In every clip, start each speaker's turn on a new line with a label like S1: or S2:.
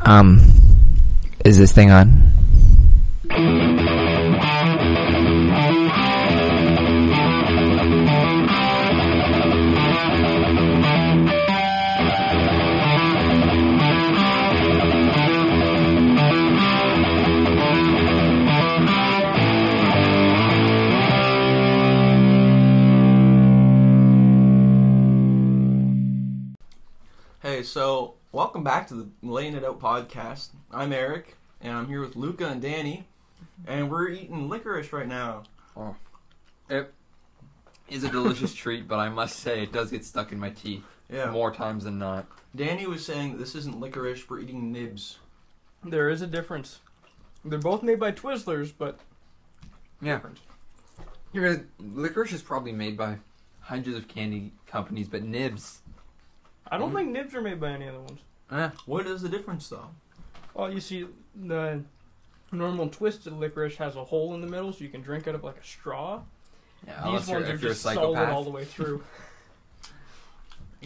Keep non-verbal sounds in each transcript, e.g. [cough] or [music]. S1: Um, is this thing on?
S2: Hey, so welcome back to the Laying It Out podcast. I'm Eric, and I'm here with Luca and Danny, and we're eating licorice right now.
S3: is a delicious [laughs] treat, but I must say it does get stuck in my teeth
S2: Yeah.
S3: more times than not.
S2: Danny was saying that this isn't licorice, we're eating nibs.
S4: There is a difference. They're both made by Twizzlers, but
S3: Yeah,
S4: different.
S3: you're gonna, licorice is probably made by hundreds of candy companies, but nibs.
S4: I don't
S3: Mm.
S4: think nibs are made by any other ones.
S3: Eh,
S2: What is the difference, though?
S4: Well, you see, the normal twisted licorice has a hole in the middle, so you can drink out of like a straw.
S3: yeah, unless
S4: These
S3: you're,
S4: ones are
S3: Oh, if you're a
S4: just solid all
S3: psychopath.
S4: the way through.
S3: [laughs]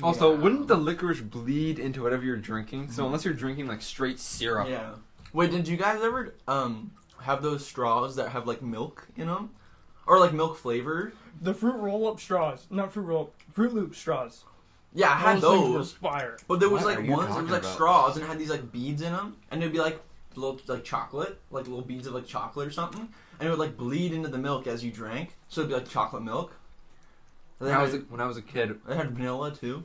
S3: Also,
S2: Yeah.
S3: Oh, wouldn't the licorice bleed into whatever you're drinking? So unless you're drinking like straight syrup,
S2: Yeah. Wait, did you guys ever um have those straws that have like milk in them, or like milk flavor?
S4: the fruit roll-up straws, not fruit roll, Fruit Loop straws.
S2: Yeah, I had
S4: things were
S2: those.
S4: fire.
S2: But there was
S3: What
S2: like
S3: are you
S2: ones, it was
S3: talking
S2: like
S3: about?
S2: straws and it had these like beads in them, and it'd be like little like chocolate, like little beads of like chocolate or something, and it would like bleed into the milk as you drank, so it'd be like chocolate milk. And
S3: when
S2: They
S3: I
S2: had,
S3: was a, when I was a kid,
S2: they had vanilla too.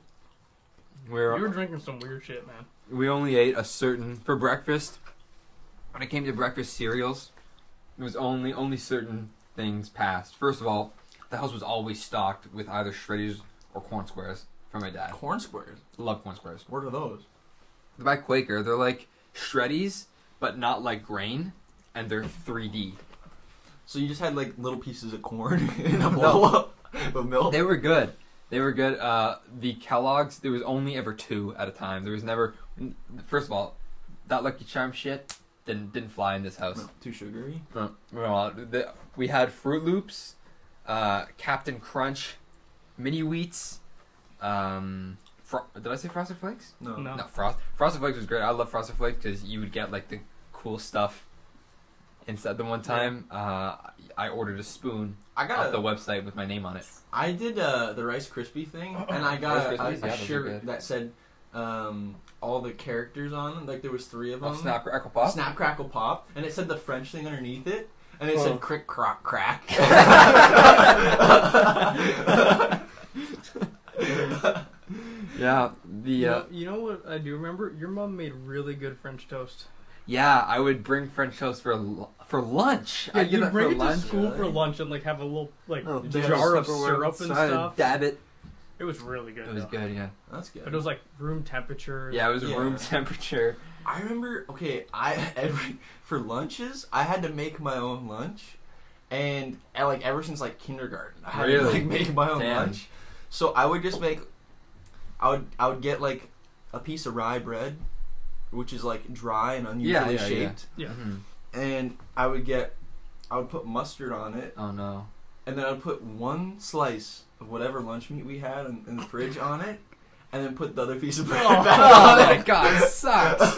S3: we were,
S4: You were drinking some weird shit, man.
S3: we only ate a certain for breakfast. When it came to breakfast cereals, it was only only certain things passed. First of all, the house was always stocked with either Shreddies or corn squares from my dad.
S2: Corn squares.
S3: Love corn squares.
S2: What are those?
S3: They're by Quaker. They're like Shreddies, but not like grain, and they're 3D.
S2: So you just had like little pieces of corn [laughs] in a
S3: No.
S2: bowl of- of milk.
S3: They were good. They were good. Uh, the Kellogg's, there was only ever two at a time. There was never. First of all, that Lucky Charm shit didn't didn't fly in this house.
S2: No, too sugary.
S3: No, no, the- we had Fruit Loops, uh, Captain Crunch, Mini Wheats. Um, Fro- did I say Frosted Flakes?
S2: No.
S4: No.
S3: Oh, No, Frost Frosted Flakes was great. I love Frosted Flakes because you would get like the cool stuff. Instead, the one time uh, I ordered a spoon
S2: I got
S3: off
S2: a-
S3: the website with my name on it.
S2: I did uh, the Rice Krispie
S3: [clears throat]
S2: thing, and I got
S3: Rice
S2: a,
S3: Krispies?
S2: a
S3: Yeah, those are
S2: shirt
S3: good.
S2: that said um, all the characters on them. Like there was three of them.
S3: Oh, snap, crackle, pop.
S2: Snap, Crackle Pop, and it said the French thing underneath it, and it
S4: Oh.
S2: said Crick Crock
S3: [laughs]
S2: Crack.
S3: Yeah, the
S4: You
S3: uh,
S4: know, you know what I do remember? Your mom made really good French toast.
S3: yeah, I would bring French toast for lu- for lunch.
S4: Yeah,
S3: I'd get
S4: you
S3: that
S4: bring
S3: for
S4: it
S3: lunch.
S4: to school for
S2: really?
S4: lunch and like have a little like
S3: Oh,
S2: they had
S4: jar of
S3: Tupperware,
S4: syrup and
S3: so I'd
S4: stuff.
S3: Dab it.
S4: It was really good.
S3: It was
S4: though.
S3: good. Yeah,
S2: That's good.
S4: But it was like room temperature.
S3: yeah, it was
S2: Yeah.
S3: room temperature.
S2: I remember. Okay, I [laughs] every for lunches I had to make my own lunch, and and, like ever since like kindergarten I had to
S3: Really?
S2: like make my own
S3: Damn.
S2: lunch. So I would just make. I would I would get like a piece of rye bread, which is like dry and unusually
S3: yeah, yeah.
S2: shaped,
S4: Yeah.
S3: Mhm.
S2: and I would get. I would put mustard on it,
S3: Oh no.
S2: and then I'd put one slice of whatever lunch meat we had in, in the fridge on it, and then put the other piece of bread
S4: Oh,
S2: back
S3: Oh
S2: on it.
S3: my
S4: [laughs]
S3: god, sucks.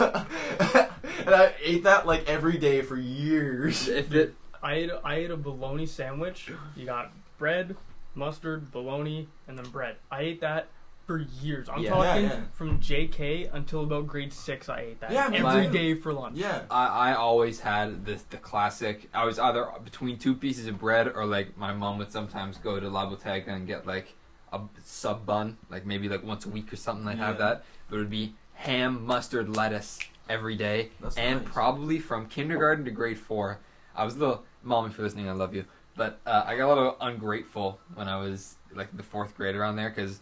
S2: [laughs] and I ate that like every day for years.
S3: if it
S4: I ate I ate a bologna sandwich. You got bread, mustard, bologna, and then bread. I ate that for years. I'm
S3: Yeah.
S4: talking
S2: Yeah, yeah.
S4: from JK until about grade six. I ate that
S2: Yeah, me
S4: every day
S3: too.
S4: for lunch.
S2: Yeah.
S3: I, I always had this the classic. I was either between two pieces of bread or like my mom would sometimes go to La Bottega and get like a sub bun, like maybe like once a week or something. I'd have
S2: Yeah.
S3: that, but it would be ham, mustard, lettuce every day,
S2: That's
S3: and
S2: nice.
S3: probably from kindergarten to grade four. I was a little mom if you're listening, I love you, but uh, I got a little ungrateful when I was like the fourth grade around there because.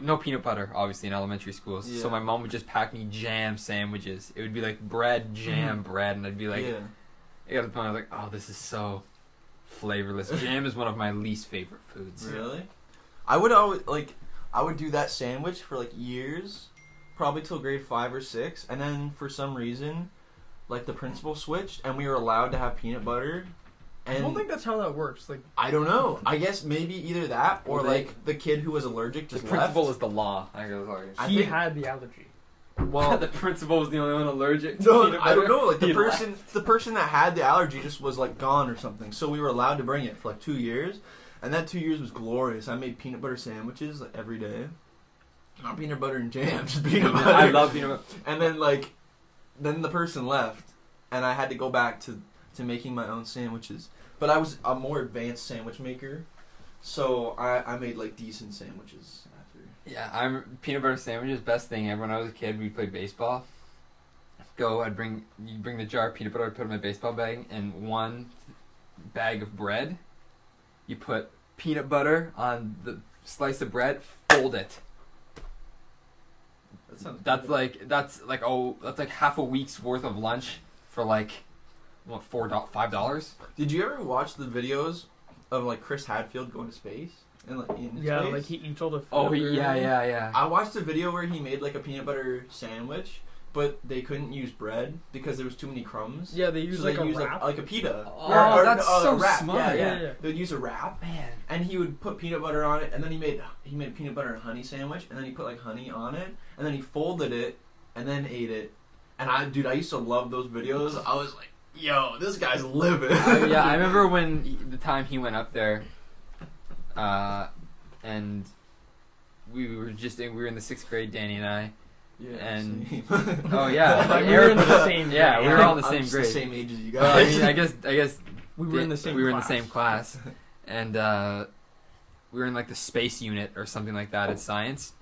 S3: No peanut butter, obviously, in elementary schools.
S2: Yeah.
S3: So my mom would just pack me jam sandwiches. It would be like bread, jam, bread, and I'd be like,
S2: Mm-hmm. yeah.
S3: I got to the point I was like, oh, this is so
S2: [laughs]
S3: flavorless. Jam is one of my least favorite foods.
S2: Really? I would always like I would do that sandwich for like years, probably till grade 5 or 6, and then for some reason like the principal switched and we were allowed to have peanut butter.
S4: I
S2: And
S4: don't think that's how that works. Like
S2: I don't know. I guess maybe either that or
S3: Well, they-
S2: like the kid who was allergic
S3: The
S2: just
S3: principle
S2: left.
S3: is the law. I guess, like,
S2: I
S4: he
S2: think-
S4: had the allergy.
S3: Well,
S2: Well,
S3: [laughs] the principal was [laughs] the only one
S2: [laughs]
S3: allergic. To
S2: no,
S3: peanut
S2: I don't
S3: butter.
S2: know. Like the
S3: He left.
S2: person, the person that had the allergy just was like gone or something. So we were allowed to bring it for like two years, and that two years was glorious. I made peanut butter sandwiches like every day. Not peanut butter and jam, [laughs] just peanut butter.
S3: I love peanut butter.
S2: [laughs] And then like, then the person left, and I had to go back to to making my own sandwiches. But I was a more advanced sandwich maker, so I I made like decent sandwiches. After.
S3: Yeah, I'm peanut butter sandwiches. Best thing ever. When I was a kid, we played baseball. Go, I'd bring you bring the jar of peanut butter. I'd put it in my baseball bag, and one bag of bread. You put peanut butter on the slice of bread. Fold it.
S2: That sounds
S3: That's like that's like oh that's like half a week's worth of lunch for like what four dollars five dollars.
S2: Did you ever watch the videos of like Chris Hadfield going to space and like in
S4: Yeah,
S2: space?
S4: like he eats all the food.
S3: Oh yeah yeah yeah.
S2: I watched a video where he made like a peanut butter sandwich, but they couldn't use bread because there was too many crumbs.
S4: Yeah, they use
S2: So
S4: like
S2: they
S4: a
S2: used
S4: wrap. [laughs]
S2: like, like a pita. uh,
S3: Oh, that's so
S2: a wrap.
S3: smart.
S2: Yeah, yeah.
S4: Yeah, yeah.
S2: They'd use a wrap,
S3: Man,
S2: and he would put peanut butter on it, and then he made he made a peanut butter and honey sandwich, and then he put like honey on it, and then he folded it, and then ate it. And I, dude, I used to love those videos. I was like, yo, this guy's living.
S3: I-
S2: [laughs]
S3: yeah, I remember when he- the time he went up there, uh, and we were just in, we were in the sixth grade, Danny and
S4: [laughs]
S3: I.
S2: Yeah,
S3: And-
S2: same.
S3: [laughs]
S2: [laughs]
S3: Oh yeah,
S4: Like,
S3: like,
S4: we were in
S3: Eric,
S4: the same.
S3: Yeah, we were all in the
S2: I'm
S3: same
S2: just
S3: grade.
S2: The same age as
S3: [laughs]
S2: you
S3: well, I
S2: guys.
S3: mean, I guess I guess
S4: Oh, We were in the
S3: da-
S4: same.
S3: we were in the
S4: class.
S3: same class, and uh, we were in like the space unit or something like that in science.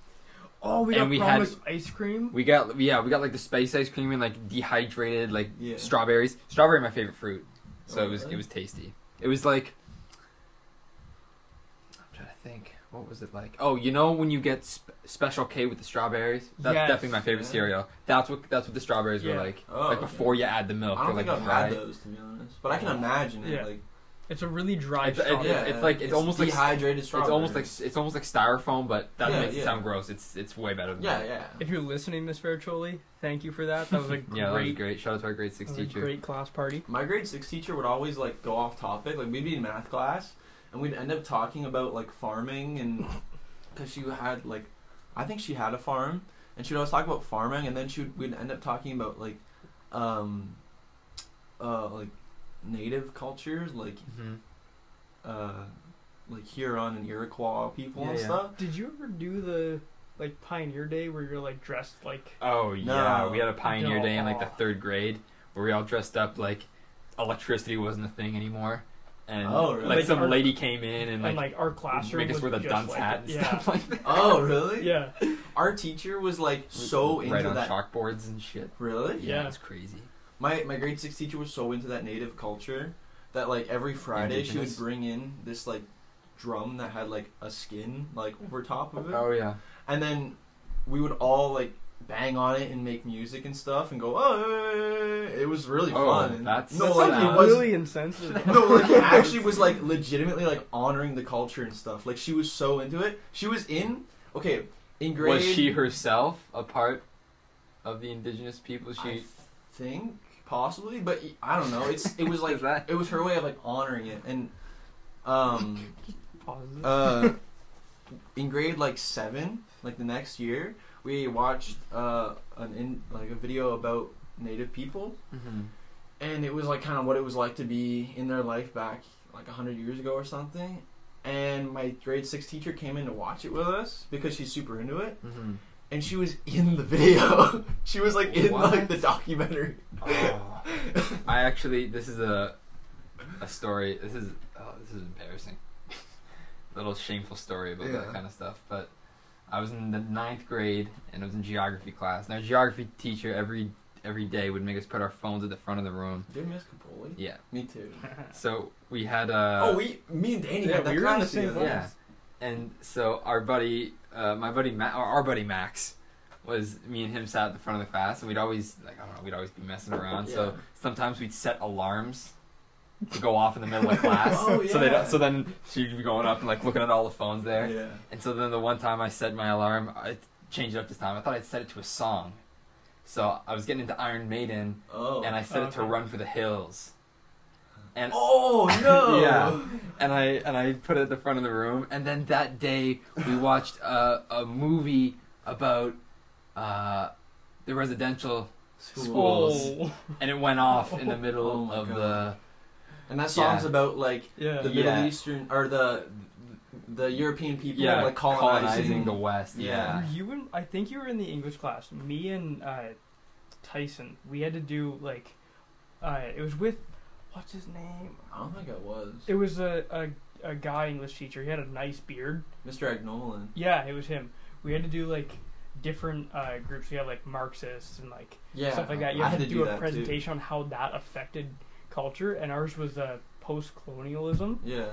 S4: Oh, we
S3: And
S4: got
S3: we had-
S4: promised ice cream.
S3: We got yeah, we got like the space ice cream and like dehydrated like
S2: Yeah.
S3: strawberries. Strawberry, my favorite fruit, so
S2: Oh,
S3: it was
S2: really?
S3: it was tasty. It was like I'm trying to think, what was it like? Oh, you know when you get sp- Special K with the strawberries? That's
S4: Yes.
S3: definitely my favorite
S2: Yeah.
S3: cereal. That's what that's what the strawberries
S4: Yeah.
S3: were like.
S2: Oh,
S3: like
S2: okay.
S3: before you add the milk,
S2: I don't
S3: they're
S2: think
S3: like
S2: I've
S3: dry.
S2: had those to be honest, but I can imagine it.
S4: Yeah.
S2: Like, oh,
S4: It's a really dry.
S3: It's- it's-
S4: strawberry.
S2: yeah,
S3: it's like- it's almost like-
S2: dehydrated
S3: It's
S2: strawberry.
S3: almost like it's almost like styrofoam, but that
S2: Yeah,
S3: makes
S2: yeah.
S3: it sound gross. It's it's way better than
S2: yeah,
S3: that.
S2: yeah.
S4: If you're listening, Miss Faircholi, thank you for that. That was a great,
S3: [laughs] Yeah, that was great. Shout out to our grade
S4: that
S3: six
S4: was a
S3: teacher.
S4: great class party.
S2: My grade six teacher would always like go off topic. Like we'd be in math class and we'd end up talking about like farming
S3: [laughs]
S2: and because she had like I think she had a farm and she would always talk about farming and then she would, we'd end up talking about like um uh like native cultures like
S3: Mhm.
S2: uh like Huron and Iroquois people
S3: Yeah,
S2: and
S3: yeah. [laughs]
S2: stuff.
S4: Did you ever do the like Pioneer Day where you're like dressed like?
S3: Oh yeah, we had a pioneer
S4: No.
S3: day in like the third grade where we all dressed up like electricity wasn't a thing anymore, and
S2: Oh, really?
S3: like
S4: Like
S3: some
S4: our-
S3: lady came in and
S4: And
S3: like,
S4: like, our classroom
S3: make us
S4: was
S3: wear the
S4: just
S3: dunce
S4: like,
S3: hat and
S4: yeah.
S3: stuff like that.
S2: Oh really?
S4: [laughs] Yeah,
S2: Our teacher was like so into
S3: right on
S2: that.
S3: chalkboards and shit.
S2: Really?
S4: Yeah.
S3: it's crazy.
S2: My my grade six teacher was so into that native culture that like every Friday she would
S3: Indigenous?
S2: bring in this like drum that had like a skin like over top of it,
S3: Oh yeah,
S2: and then we would all like bang on it and make music and stuff and go oh it was really
S3: Oh,
S2: fun
S3: that's-
S2: no
S4: That's
S2: like
S3: loud.
S2: it was
S4: really insensitive. [laughs]
S2: no like it actually was like legitimately like honoring the culture and stuff like she was so into it she was in okay in grade
S3: was she herself a part of the indigenous people? She
S2: I think possibly, but I don't know. It's it was like
S3: [laughs] Is that-
S2: it was her way of like honoring it, and
S4: [laughs]
S2: um
S4: Pauses.
S2: uh, in grade like seven, like the next year, we watched uh an in like a video about Native people,
S3: Mhm.
S2: and it was like kind of what it was like to be in their life back like 100 years ago or something and my grade 6 teacher came in to watch it with us because she's super into it
S3: Mhm.
S2: and she was in the video [laughs] she was like in
S3: What?
S2: like the documentary
S3: Oh. I actually, this is a a story. This is oh, this is embarrassing. [laughs] Little shameful story about
S2: Yeah.
S3: that kind of stuff. But I was in the ninth grade and I was in geography class. And our geography teacher every every day would make us put our phones at the front of the room.
S2: Did I miss Capoli?
S3: Yeah.
S2: Me too.
S3: So we had uh
S2: oh, we, me and Danny
S4: yeah,
S2: had that
S4: we were in
S2: class
S4: the same
S2: together.
S3: Yeah.
S4: class.
S3: and so our buddy, uh, my buddy, Ma- our, our buddy Max, was me and him sat at the front of the class, and we'd always like I don't know, we'd always be messing around. So
S2: Yeah.
S3: sometimes we'd set alarms to go off in the
S2: [laughs]
S3: middle of class.
S2: Oh,
S3: So they
S2: yeah.
S3: don't, so then she'd be going up and like looking at all the phones there.
S2: Yeah.
S3: And so then the one time I set my alarm, I changed it up this time. I thought I'd set it to a song. So I was getting into Iron Maiden,
S2: Oh.
S3: and I set it to
S4: Okay.
S3: Run for the Hills. And
S2: Oh no.
S3: Yeah. and I and I put it at the front of the room. And then
S2: [laughs]
S3: that day we watched a, a movie about uh, the residential
S2: Schools.
S3: schools, and it went off in
S2: [laughs]
S3: the
S2: Oh
S3: middle
S2: my
S3: of
S2: God.
S3: the
S2: And that song's
S3: Yeah.
S2: about like
S4: Yeah.
S2: the
S3: Yeah.
S2: Middle Eastern or the the European people
S3: yeah
S2: like
S3: colonizing.
S2: colonizing.
S3: the West.
S2: Yeah.
S4: Were you in, I think you were in the English class. Me and uh, Tyson, we had to do like, uh, it was with, what's his name?
S2: I don't think it was
S4: It was a, a a guy English teacher. He had a nice beard.
S2: Mr. Agnolan.
S4: Yeah, it was him. We had to do like different uh, groups. We had like Marxists and like
S2: Yeah,
S4: stuff like that. You
S2: I
S4: had,
S2: had to
S4: to, do, a
S2: that, too.
S4: presentation on how that affected culture, and ours was uh, post colonialism.
S2: Yeah.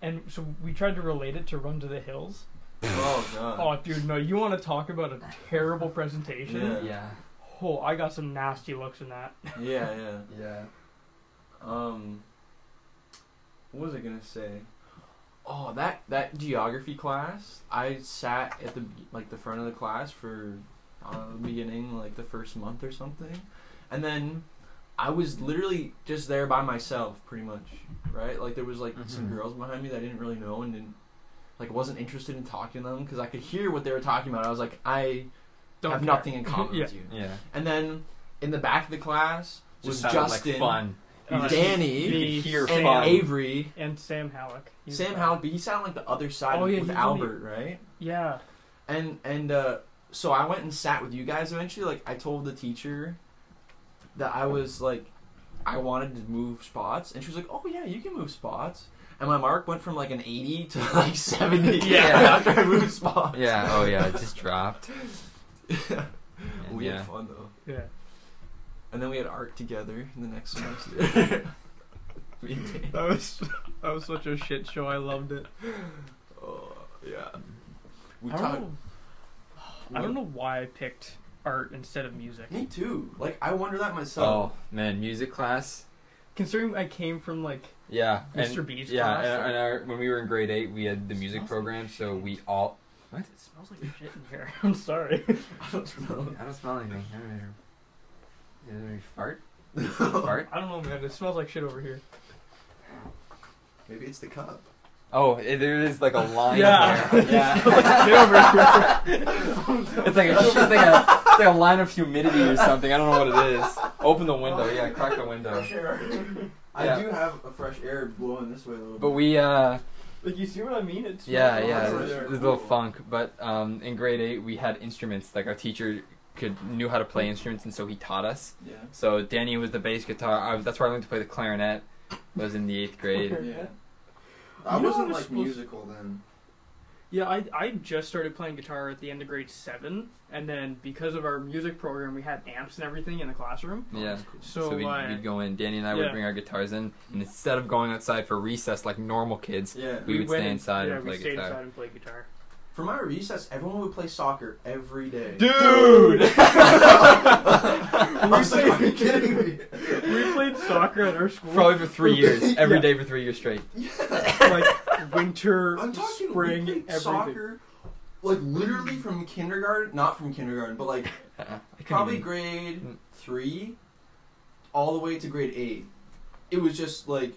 S4: And so we tried to relate it to Run to the Hills.
S2: Oh god.
S4: Oh, dude, no, you want to
S2: [laughs]
S4: talk about a terrible presentation?
S2: Yeah.
S3: yeah,
S4: Oh, I got some nasty looks in that.
S2: Yeah, yeah.
S3: yeah.
S2: Um, what was I gonna say? Oh, that that geography class. I sat at the like the front of the class for uh, the beginning, like the first month or something, and then I was literally just there by myself, pretty much. Right? Like there was like some
S3: Mhm.
S2: girls behind me that I didn't really know and didn't like wasn't interested in talking to them because I could hear what they were talking about. I was like, I
S4: Don't
S2: have
S4: care.
S2: nothing
S4: [laughs]
S2: in common
S4: yeah.
S2: with you.
S3: Yeah.
S2: And then in the back of the class was
S3: sounded
S2: Justin.
S3: like fun.
S4: Uh,
S2: Danny
S3: You could hear
S4: Sam.
S2: and
S3: fun.
S2: Avery
S4: And Sam Halleck. He's-
S2: Sam Howell, but he sounded like the other side
S4: Oh, yeah,
S2: with
S4: he's
S2: Albert, right?
S4: Yeah.
S2: And and uh, so I went and sat with you guys eventually. Like I told the teacher that I was like I wanted to move spots, and she was like, "Oh yeah, you can move spots." And my mark went from like an eighty to like
S3: [laughs]
S2: seventy
S4: Yeah.
S2: [laughs] after I moved spots.
S3: Yeah. Oh yeah. It
S2: [laughs]
S3: just dropped. And
S2: we
S3: yeah.
S2: had fun though.
S4: Yeah.
S2: And then we had art together in the next
S3: [laughs]
S2: semester. [laughs] Me and Dan.
S3: Oh.
S4: That was [laughs] that was such a shit show. I loved it.
S2: Oh, yeah. We
S4: I
S2: talked-
S4: don't, know, I don't know why I picked art instead of music.
S2: Me too. Like I wonder that myself.
S3: Oh man, music class.
S4: Considering I came from like
S3: Yeah. and-
S4: Mr. Beast
S3: Yeah,
S4: class.
S3: and, and our, when we were in grade eight, we had the music
S4: Smells
S3: program, so we all.
S4: It smells like shit in here. [laughs] I'm sorry.
S2: I don't know.
S3: I don't smell anything. I don't know. Did anybody fart? fart?
S4: I don't know, man. It smells like shit over
S3: [laughs]
S4: here.
S2: Maybe it's the
S4: [laughs]
S2: cup.
S3: Oh, eh, there is like a line
S4: Yeah.
S3: there. Yeah.
S4: Shit over here.
S3: it's, like a, it's, like a, it's like a line of humidity or something. I don't know what it is. Open the window. Yeah, crack the window. [laughs]
S2: air.
S3: Yeah.
S2: I do have a fresh air blowing this way a little bit.
S3: But we, uh,
S4: Like you see what I mean? It's
S3: yeah,
S2: Oh,
S3: yeah,
S2: that's
S3: there's,
S2: really
S3: there's a little
S2: cool.
S3: funk. But um, in grade eight, we had instruments. Like our teacher could knew how to play instruments, and so he taught us.
S2: yeah.
S3: So Danny was the bass guitar. I, that's where I learned to play the clarinet. Was in the eighth grade.
S2: Yeah.
S4: I You know wasn't, what it's like, supposed-
S2: musical then.
S4: Yeah, I, I just started playing guitar at the end of grade seven, and then because of our music program, we had amps and everything in the classroom.
S3: Yeah.
S4: So,
S3: So, we'd,
S4: uh,
S3: we'd go in. Danny and I would
S4: yeah.
S3: bring our guitars in, and instead of going outside for recess like normal kids,
S2: Yeah.
S3: we would
S4: went
S3: stay
S4: in-
S3: inside
S4: yeah,
S3: and
S4: we
S3: play
S4: stayed
S3: guitar.
S4: inside and played guitar.
S2: For my recess, everyone would play soccer every day.
S4: [laughs]
S2: I was like, [laughs] are you kidding me?
S4: we played soccer at our school.
S3: Probably for three years, every
S4: Yeah.
S3: day for three years straight.
S4: like winter,
S2: I'm talking we
S4: spring,
S2: played
S4: everything.
S2: soccer. Like literally from kindergarten, not from kindergarten, but
S3: [laughs]
S2: like
S3: I couldn't
S2: probably
S3: even-
S2: grade three, all the way to grade eight. It was just like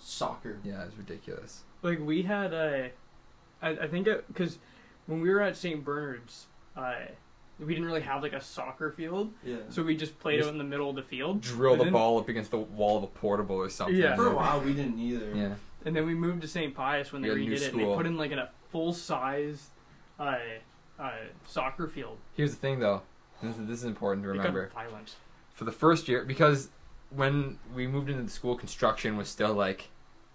S2: soccer.
S3: Yeah, it's ridiculous.
S4: Like we had a, I, I think because when we were at St. Bernard's, uh, we didn't really have like a soccer field,
S2: Yeah.
S4: so we just played
S3: Just
S4: out in the middle of the field.
S3: Drill
S4: And
S3: the
S4: then-
S3: ball up against the wall of a portable or something.
S4: Yeah.
S2: For a while, we didn't either.
S3: Yeah.
S4: And then we moved to St. Pius when they
S3: Yeah, new
S4: redid it, and they
S3: school.
S4: put in like a full size, uh, uh, soccer field.
S3: Here's the thing, though. This is, this is important to remember.
S4: It got violent.
S3: for the first year because when we moved into the school construction was still like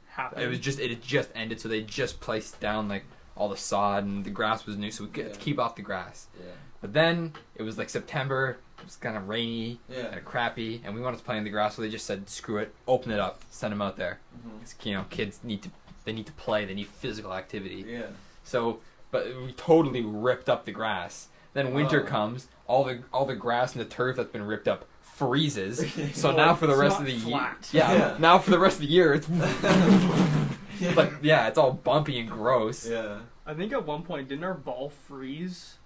S4: Happened.
S3: it was just it had just ended so they just placed down like all the sod and the grass was new so we could
S2: Yeah.
S3: keep off the grass
S2: Yeah.
S3: but then it was like september it was kind of rainy kind
S2: Yeah.
S3: of crappy and we wanted to play in the grass so they just said screw it open it up send them out there
S2: Mhm.
S3: 'Cause, you know kids need to they need to play they need physical activity
S2: Yeah.
S3: so, but we totally ripped up the grass. Then winter
S2: Oh.
S3: comes, all the all the grass and the turf that's been ripped up
S4: [laughs]
S3: freezes. So
S4: Well,
S3: now for the
S4: it's
S3: rest
S4: not
S3: of the year,
S4: flat.
S3: yeah,
S2: Yeah.
S3: now for the rest of the year, it's [laughs]
S2: Yeah.
S3: like yeah, it's all bumpy and gross.
S2: yeah.
S4: I think at one point didn't our ball freeze,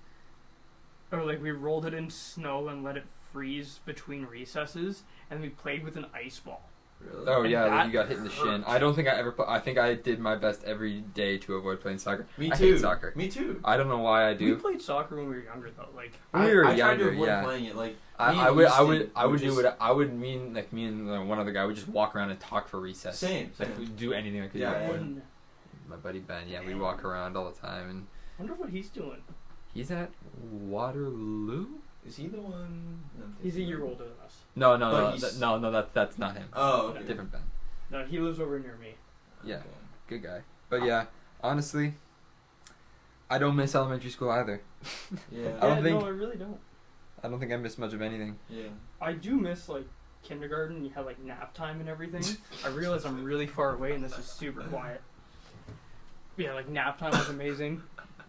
S4: or like we rolled it in snow and let it freeze between recesses, and we played with an ice ball.
S2: Really?
S3: Oh
S4: And
S3: yeah,
S4: that
S3: you got hit in the shin.
S4: hurt.
S3: I don't think I ever. Put, I think I did my best every day to avoid playing soccer.
S2: Me
S3: I
S2: too.
S3: hate soccer.
S2: Me too.
S3: I don't know why I
S4: We
S3: do.
S4: played soccer when we were younger though. Like
S3: When
S2: I,
S3: we were
S2: I tried to
S3: younger,
S2: avoid
S3: yeah.
S2: playing it. Like
S3: I,
S2: me
S3: I
S2: and
S3: would, I
S2: Easton
S3: would, I would do
S2: just-
S3: it. I would mean like me and uh, one other guy would just walk around and talk for recess.
S2: Same,
S3: Like
S2: same.
S3: we'd do anything I could.
S2: Yeah,
S3: do.
S2: yeah.
S3: I wouldn't.
S4: Ben,
S3: My buddy Ben, yeah, we walk around all the time, and
S4: wonder what he's doing.
S3: he's at Waterloo.
S2: Is he the one? No, I'm
S4: He's a
S2: thinking-
S4: year older than us.
S3: No, no,
S2: But
S3: no,
S2: he's-
S3: that, no, no. That's that's not him.
S2: Oh, okay.
S3: Different Ben.
S4: No, he lives over near me.
S3: Yeah.
S2: Okay.
S3: Good guy. But yeah, honestly, I don't miss elementary school either. [laughs]
S2: Yeah.
S3: I don't
S4: yeah,
S3: think-
S4: No, I really don't.
S3: I don't think I miss much of anything.
S2: Yeah.
S4: I do miss like kindergarten. You had like nap time and everything. I realize I'm really far away and this is super quiet. Yeah, like nap time was amazing.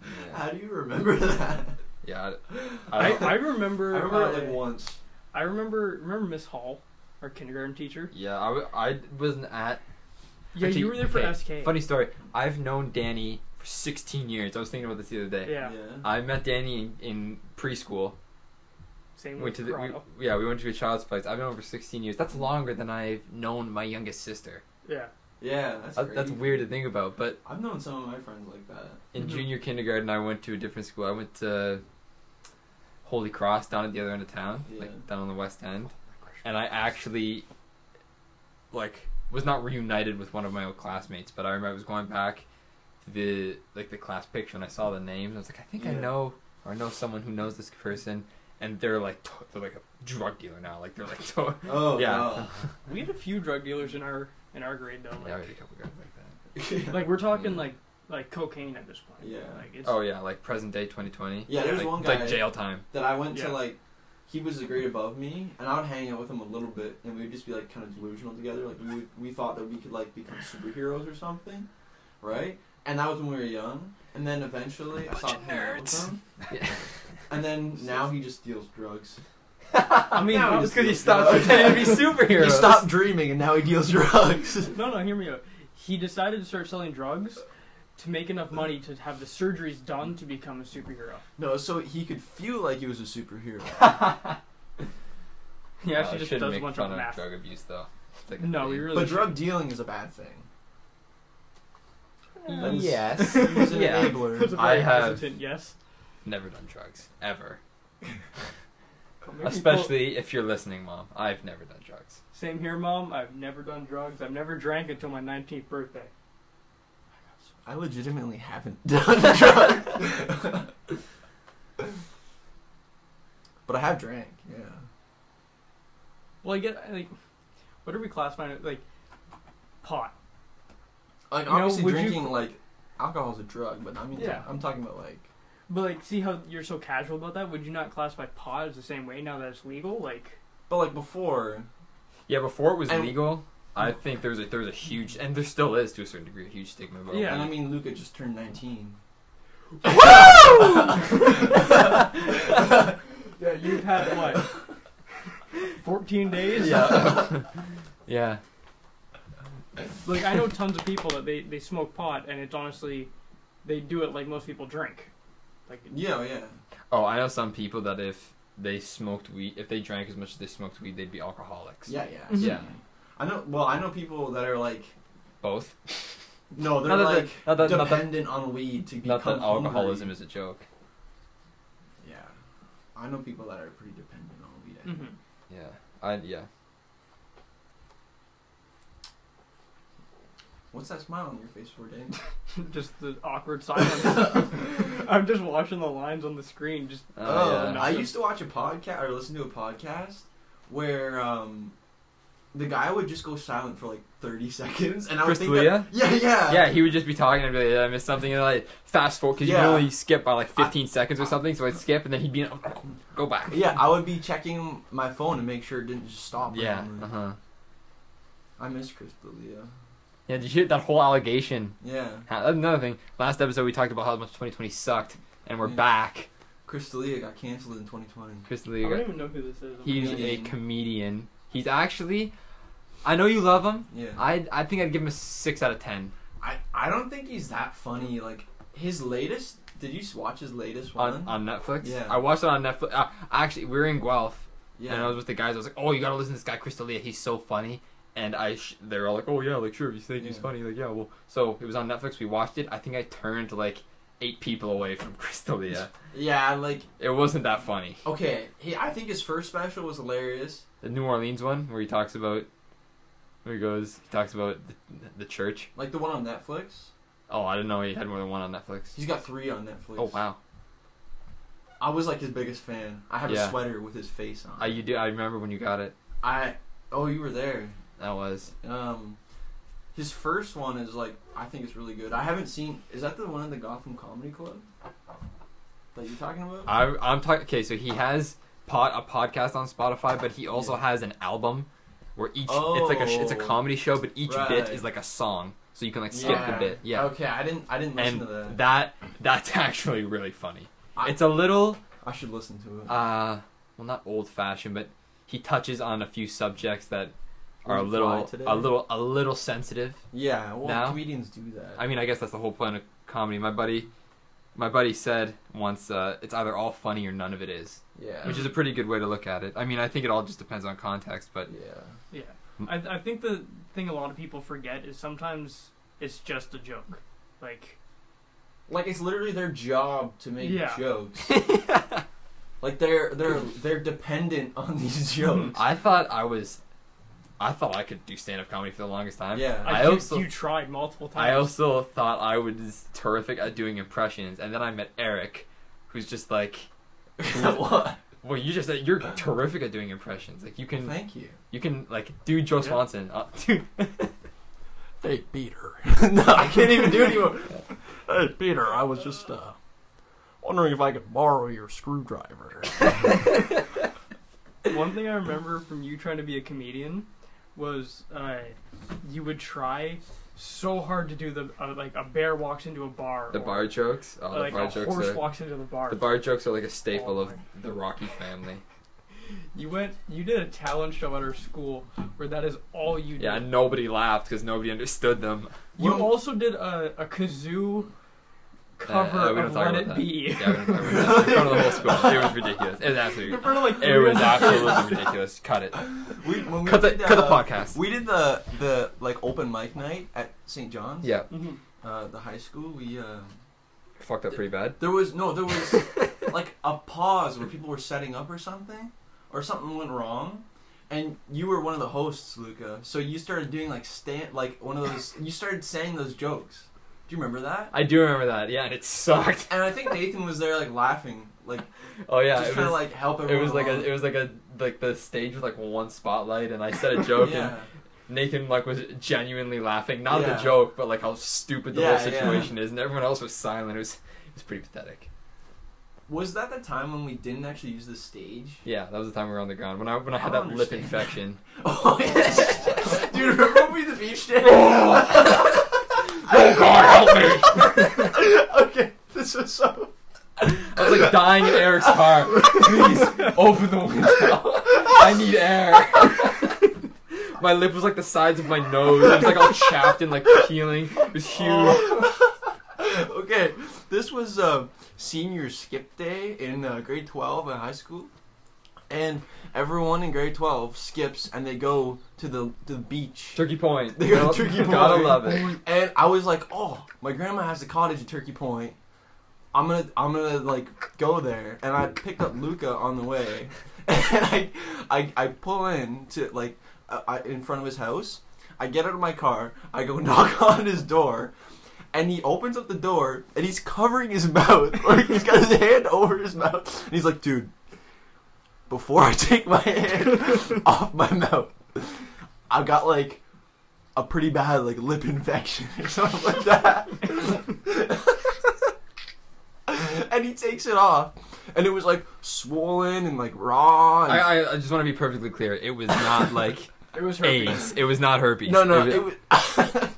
S3: Yeah,
S2: How do you remember that? [laughs]
S3: yeah [laughs] I, I
S4: I,
S3: don't-
S4: I
S2: I
S4: remember.
S2: remember
S4: uh,
S2: it like once.
S4: I remember remember Miss Hall, our kindergarten teacher.
S3: yeah. I, w- I wasn't at.
S4: Yeah,
S3: actually,
S4: you were there for
S3: okay,
S4: SK.
S3: Funny story. I've known Danny for 16 years. I was thinking about this the other day.
S4: Yeah.
S3: I met Danny in, in preschool.
S4: Same
S3: Went
S4: with
S3: to the,
S4: Corrado.
S3: we, yeah, we went to a child's place. I've known her for 16 years. That's longer than I've known my youngest sister.
S4: Yeah.
S2: Yeah. That's
S3: That's,
S2: great.
S3: that's weird to think about. But
S2: I've known some of my friends like that.
S3: In
S4: Mhm.
S3: junior kindergarten, I went to a different school. I went to Holy Cross down at the other end of town,
S2: Yeah.
S3: like down on the west end, and I actually like was not reunited with one of my old classmates, but I remember I was going back to the like the class picture and I saw the names. I was like, I think I
S2: Yeah.
S3: know or I know someone who knows this person, and they're like to- they're like a drug dealer now. Like they're like [laughs] to-
S2: Oh
S3: Yeah. [laughs]
S2: wow. [laughs]
S4: We had a few drug dealers in our in our grade though.
S3: yeah, I
S4: Like,
S3: had a couple guys like that.
S4: like we're talking
S3: Mm.
S4: like like cocaine at this point.
S2: Yeah.
S4: Like it's
S3: Oh yeah, like present day 2020.
S2: Yeah, there's
S3: like,
S2: one guy-
S3: like jail time.
S2: that I went
S4: Yeah.
S2: to like. He was a grade above me, and I would hang out with him a little bit, and we would just be like kind of delusional together. Like we would, we thought that we could like become superheroes or something, right? And that was when we were young. And then eventually, I
S3: Bunch
S2: stopped
S3: of
S2: hanging out
S3: nerds.
S2: with him.
S3: [laughs] Yeah.
S2: And then now he just deals
S3: [laughs]
S2: drugs.
S3: I mean,
S4: No,
S3: just because you
S2: it's
S3: stopped
S2: good.
S3: pretending to be [laughs] superheroes.
S2: He stopped dreaming, and now he deals drugs. [laughs]
S4: No, no, hear me out. He decided to start selling drugs to make enough money to have the surgeries done to become a superhero.
S2: no, so he could feel like he was a superhero.
S4: He
S3: Oh,
S4: actually just
S3: shouldn't
S4: does a
S3: make
S4: bunch
S3: fun
S4: of math.
S3: drug abuse, though. It's like a
S4: No,
S3: thing.
S4: we really.
S2: but drug
S4: shouldn't.
S2: dealing is a bad thing. That's-
S3: Mm,
S4: [laughs]
S2: [laughs]
S3: Yes.
S2: He's an
S3: [laughs] Yeah.
S4: That's a
S2: enabler.
S4: very
S3: I have-
S4: hesitant yes.
S3: never done drugs ever.
S4: But maybe-
S3: Especially if you're listening, mom. I've never done drugs.
S4: Well, same here, mom. I've never done drugs. I've never drank until my 19th birthday.
S2: I legitimately haven't [laughs] done drugs. but I have drank, yeah.
S4: Well, I get I like, what are we classifying it like? Pot.
S2: Like,
S4: You know,
S2: obviously,
S4: would you-
S2: drinking, like, alcohol is a drug, but I mean,
S4: Yeah.
S2: I'm talking about, like,
S4: But like, see how you're so casual about that? Would you not classify pot as the same way now that it's legal? Like,
S2: but, like, before,
S3: Yeah, before it was
S2: And-
S3: legal, I think there was a there was a huge and there still is to a certain degree a huge stigma about
S4: Yeah.
S2: and I [laughs] mean, Luca just turned 19.
S4: yeah, you've had what? [laughs] 14 days.
S3: Yeah. yeah.
S4: Like I know tons of people that they they smoke pot and it's honestly, they do it like most people drink. Like
S2: Yeah, yeah.
S3: Oh, I know some people that if they smoked weed, if they drank as much as they smoked weed, they'd be alcoholics.
S2: Yeah, yeah.
S4: Mhm.
S3: Yeah.
S2: I know, well, I know people that are, like, [laughs]
S3: Both.
S2: no, they're,
S3: Not that-
S2: like,
S3: not that- not that-
S2: dependent on weed to become
S3: Not that alcoholism
S2: hungry.
S3: is a joke.
S2: Yeah. I know people that are pretty dependent on weed. I think.
S4: hmm
S3: Mm-hmm. Yeah. I yeah.
S2: What's that smile on your face for, Dan?
S4: [laughs] just the awkward silence. [laughs] I'm just watching the lines on the screen. Just
S3: Uh,
S2: Oh,
S3: yeah.
S2: I used to watch a podcast or listen to a podcast where um, the guy would just go silent for like 30 [laughs] seconds, and I would
S3: Chris
S2: think,
S3: D'Elia?
S2: that, yeah, yeah,
S3: Yeah, he would just be talking and be like, "Yeah, I missed something, and like fast forward because you
S2: Yeah.
S3: can only skip by like 15 seconds or something. So I'd skip and then he'd be go back.
S2: yeah. I would be checking my phone to make sure it didn't just stop.
S3: yeah,
S2: randomly.
S3: uh huh.
S2: I miss Chris D'Elia.
S3: Yeah, did you hear that whole allegation?
S2: Yeah,
S3: Ha- Another thing, last episode we talked about how much 2020 sucked, and we're
S2: Yeah.
S3: back.
S2: Chris D'Elia got canceled in 2020.
S3: Chris
S4: I don't
S3: Lee,
S4: even know who this is. I'm
S3: he's
S4: gonna-
S3: a
S2: Comedian.
S3: comedian. He's actually, I know you love him.
S2: Yeah, I,
S3: I I think I'd give him a six out of ten.
S2: I, don't think he's that funny. Like his latest, did you s- watch his latest one?
S3: on, on Netflix.
S2: Yeah.
S3: I watched it on Netflix. Uh, actually, we were in Guelph,
S2: yeah,
S3: and I was with the guys. I was like, "Oh, you gotta listen to this guy, Chris D'Elia. He's so funny." And I, sh- they're all like, oh yeah, like sure, if you think he's
S2: Yeah.
S3: funny, like yeah, well. So it was on Netflix. We watched it. I think I turned like eight people away from [laughs] Crystalia.
S2: Yeah, like
S3: it wasn't that funny.
S2: okay. He, I think his first special was hilarious.
S3: The New Orleans one where he talks about, where he goes, he talks about the, the church.
S2: Like the one on Netflix.
S3: Oh, I didn't know he had more than one on Netflix.
S2: He's got three on Netflix.
S3: Oh wow,
S2: I was like his biggest fan. I have
S3: Yeah.
S2: a sweater with his face on.
S3: I you do. I remember when you got it.
S2: I oh you were there.
S3: That was
S2: Um, his first one is like I think it's really good. I haven't seen. Is that the one in the Gotham Comedy Club that you're talking about?
S3: I, I'm talking. Okay, so he has pot a podcast on Spotify, but he also has an album where each it's like a sh- it's a
S2: Oh.
S3: comedy show, but each bit
S2: Right.
S3: is like a song, so you can like skip the bit. Yeah,
S2: Okay, I didn't. I didn't listen
S3: and
S2: to that.
S3: that that's [laughs] actually really funny.
S2: I-
S3: it's a little
S2: I should listen to it.
S3: uh well not old fashioned, but he touches on a few subjects that are a
S2: Wouldn't fly
S3: little
S2: today.
S3: a little a little sensitive.
S2: yeah, well,
S3: now?
S2: comedians do that.
S3: I mean, I guess that's the whole point of comedy. My buddy, my buddy said once, uh, it's either all funny or none of it is.
S2: yeah,
S3: which is a pretty good way to look at it. I mean, I think it all just depends on context, but
S2: yeah,
S4: Yeah. I, I think the thing a lot of people forget is sometimes it's just a joke. Like,
S2: like it's literally their job to make
S4: Yeah.
S3: [laughs]
S2: jokes. like they're they're they're dependent on these jokes.
S3: I thought I was, I thought I could do stand up comedy for the longest time.
S2: Yeah.
S4: I,
S3: I
S4: you,
S3: also-
S4: you tried multiple times.
S3: I also thought I was terrific at doing impressions, and then I met Eric, who's just like,
S2: [laughs] What?
S3: well, you just you're terrific at doing impressions. Like you can
S2: Thank you.
S3: you can like do Joe
S4: Yeah.
S3: Swanson, uh, [laughs] dude.
S5: Hey, Peter.
S2: [laughs]
S5: [laughs]
S2: no, I can't even do it anymore.
S5: Hey, Peter, I was just uh, wondering if I could borrow your screwdriver.
S4: One thing I remember from you trying to be a comedian was uh, you would try so hard to do the uh, like a bear walks into a bar.
S3: the
S4: or,
S3: bar jokes. Oh,
S4: uh, like
S3: the bar
S4: a
S3: jokes.
S4: horse
S3: Are,
S4: walks into the bar.
S3: the bar jokes are like a staple
S4: Oh
S3: of the Rocky family.
S4: You went. You did a talent show at our school where that is all you did.
S3: Yeah, and nobody laughed because nobody understood them.
S4: You
S2: Well-
S4: also did a, a kazoo cover
S3: Uh, we don't
S4: of
S3: talk about
S4: Let It
S3: that.
S4: Be.
S3: [laughs]
S4: [laughs]
S3: Yeah, we don't talk about that. in front of the whole school. It was ridiculous. It was
S4: In
S3: absolutely,
S4: front of like
S3: it was
S4: [laughs] three-
S3: absolutely ridiculous. Cut it.
S2: [laughs] We, when we
S3: Cut the
S2: did,
S3: cut the
S2: uh,
S3: podcast.
S2: We did the the like open mic night at St. John's.
S3: Yeah,
S4: Mhm.
S2: Uh, the high school. We uh,
S3: fucked up pretty bad.
S2: there was no
S5: [laughs]
S2: there was like a pause where people were setting up or something, or something went wrong, and you were one of the hosts, Luca. So you started doing like stand like one of those. You started saying those jokes. Do you remember that?
S3: I do remember that. Yeah, and it sucked.
S2: And I think Nathan was there like laughing, like
S3: Oh yeah,
S2: just
S3: it
S2: trying to
S3: was.
S2: like help
S3: It
S2: everyone.
S3: was like
S2: along.
S3: [laughs] a, it was like a, like the stage with like one spotlight, and I said a joke,
S2: yeah.
S3: and Nathan like was genuinely laughing, not at
S2: Yeah.
S3: the joke, but like how stupid the
S2: Yeah,
S3: whole
S2: yeah.
S3: situation is, and everyone else was silent. It was, it was pretty pathetic.
S2: Was that the time when we didn't actually use the stage?
S3: [laughs]
S2: [laughs]
S3: Yeah, that was the time we were on the ground when I when I had
S2: I don't
S3: that lip
S2: understand.
S3: infection. [laughs]
S2: Oh yes, [laughs] dude. Remember when we did the beach
S3: [laughs]
S2: day?
S3: oh God, help me!
S2: okay, this was so.
S3: I was like dying in Eric's car. Please open the window. I need air. [laughs] My lip was like the sides of my nose. It was like all chapped and like peeling. It was huge.
S2: Okay, this was uh, senior skip day in uh, grade 12 in high school. And everyone in grade 12 skips and they go to the, to the beach.
S3: Turkey Point.
S2: They got [laughs] Turkey
S3: Gotta
S2: Point.
S3: love it.
S2: And I was like, oh, my grandma has a cottage at Turkey Point. I'm gonna, I'm gonna like go there, and I picked up Luca on the way, [laughs] and I, I, I pull in to like, uh, I, in front of his house. I get out of my car. I go [laughs] knock on his door, and he opens up the door, and he's covering his [laughs] mouth, like he's got his hand over his mouth, and he's like, dude, before I take my hand off my mouth, I've got like a pretty bad like lip infection [laughs] or something like that. [laughs] and he takes it off, and it was like swollen and like raw. And
S3: I, I, I just want to be perfectly clear. It was not like
S4: [laughs] It was her.
S3: AIDS. It was not herpes.
S2: no, no,
S3: It was,
S2: it was,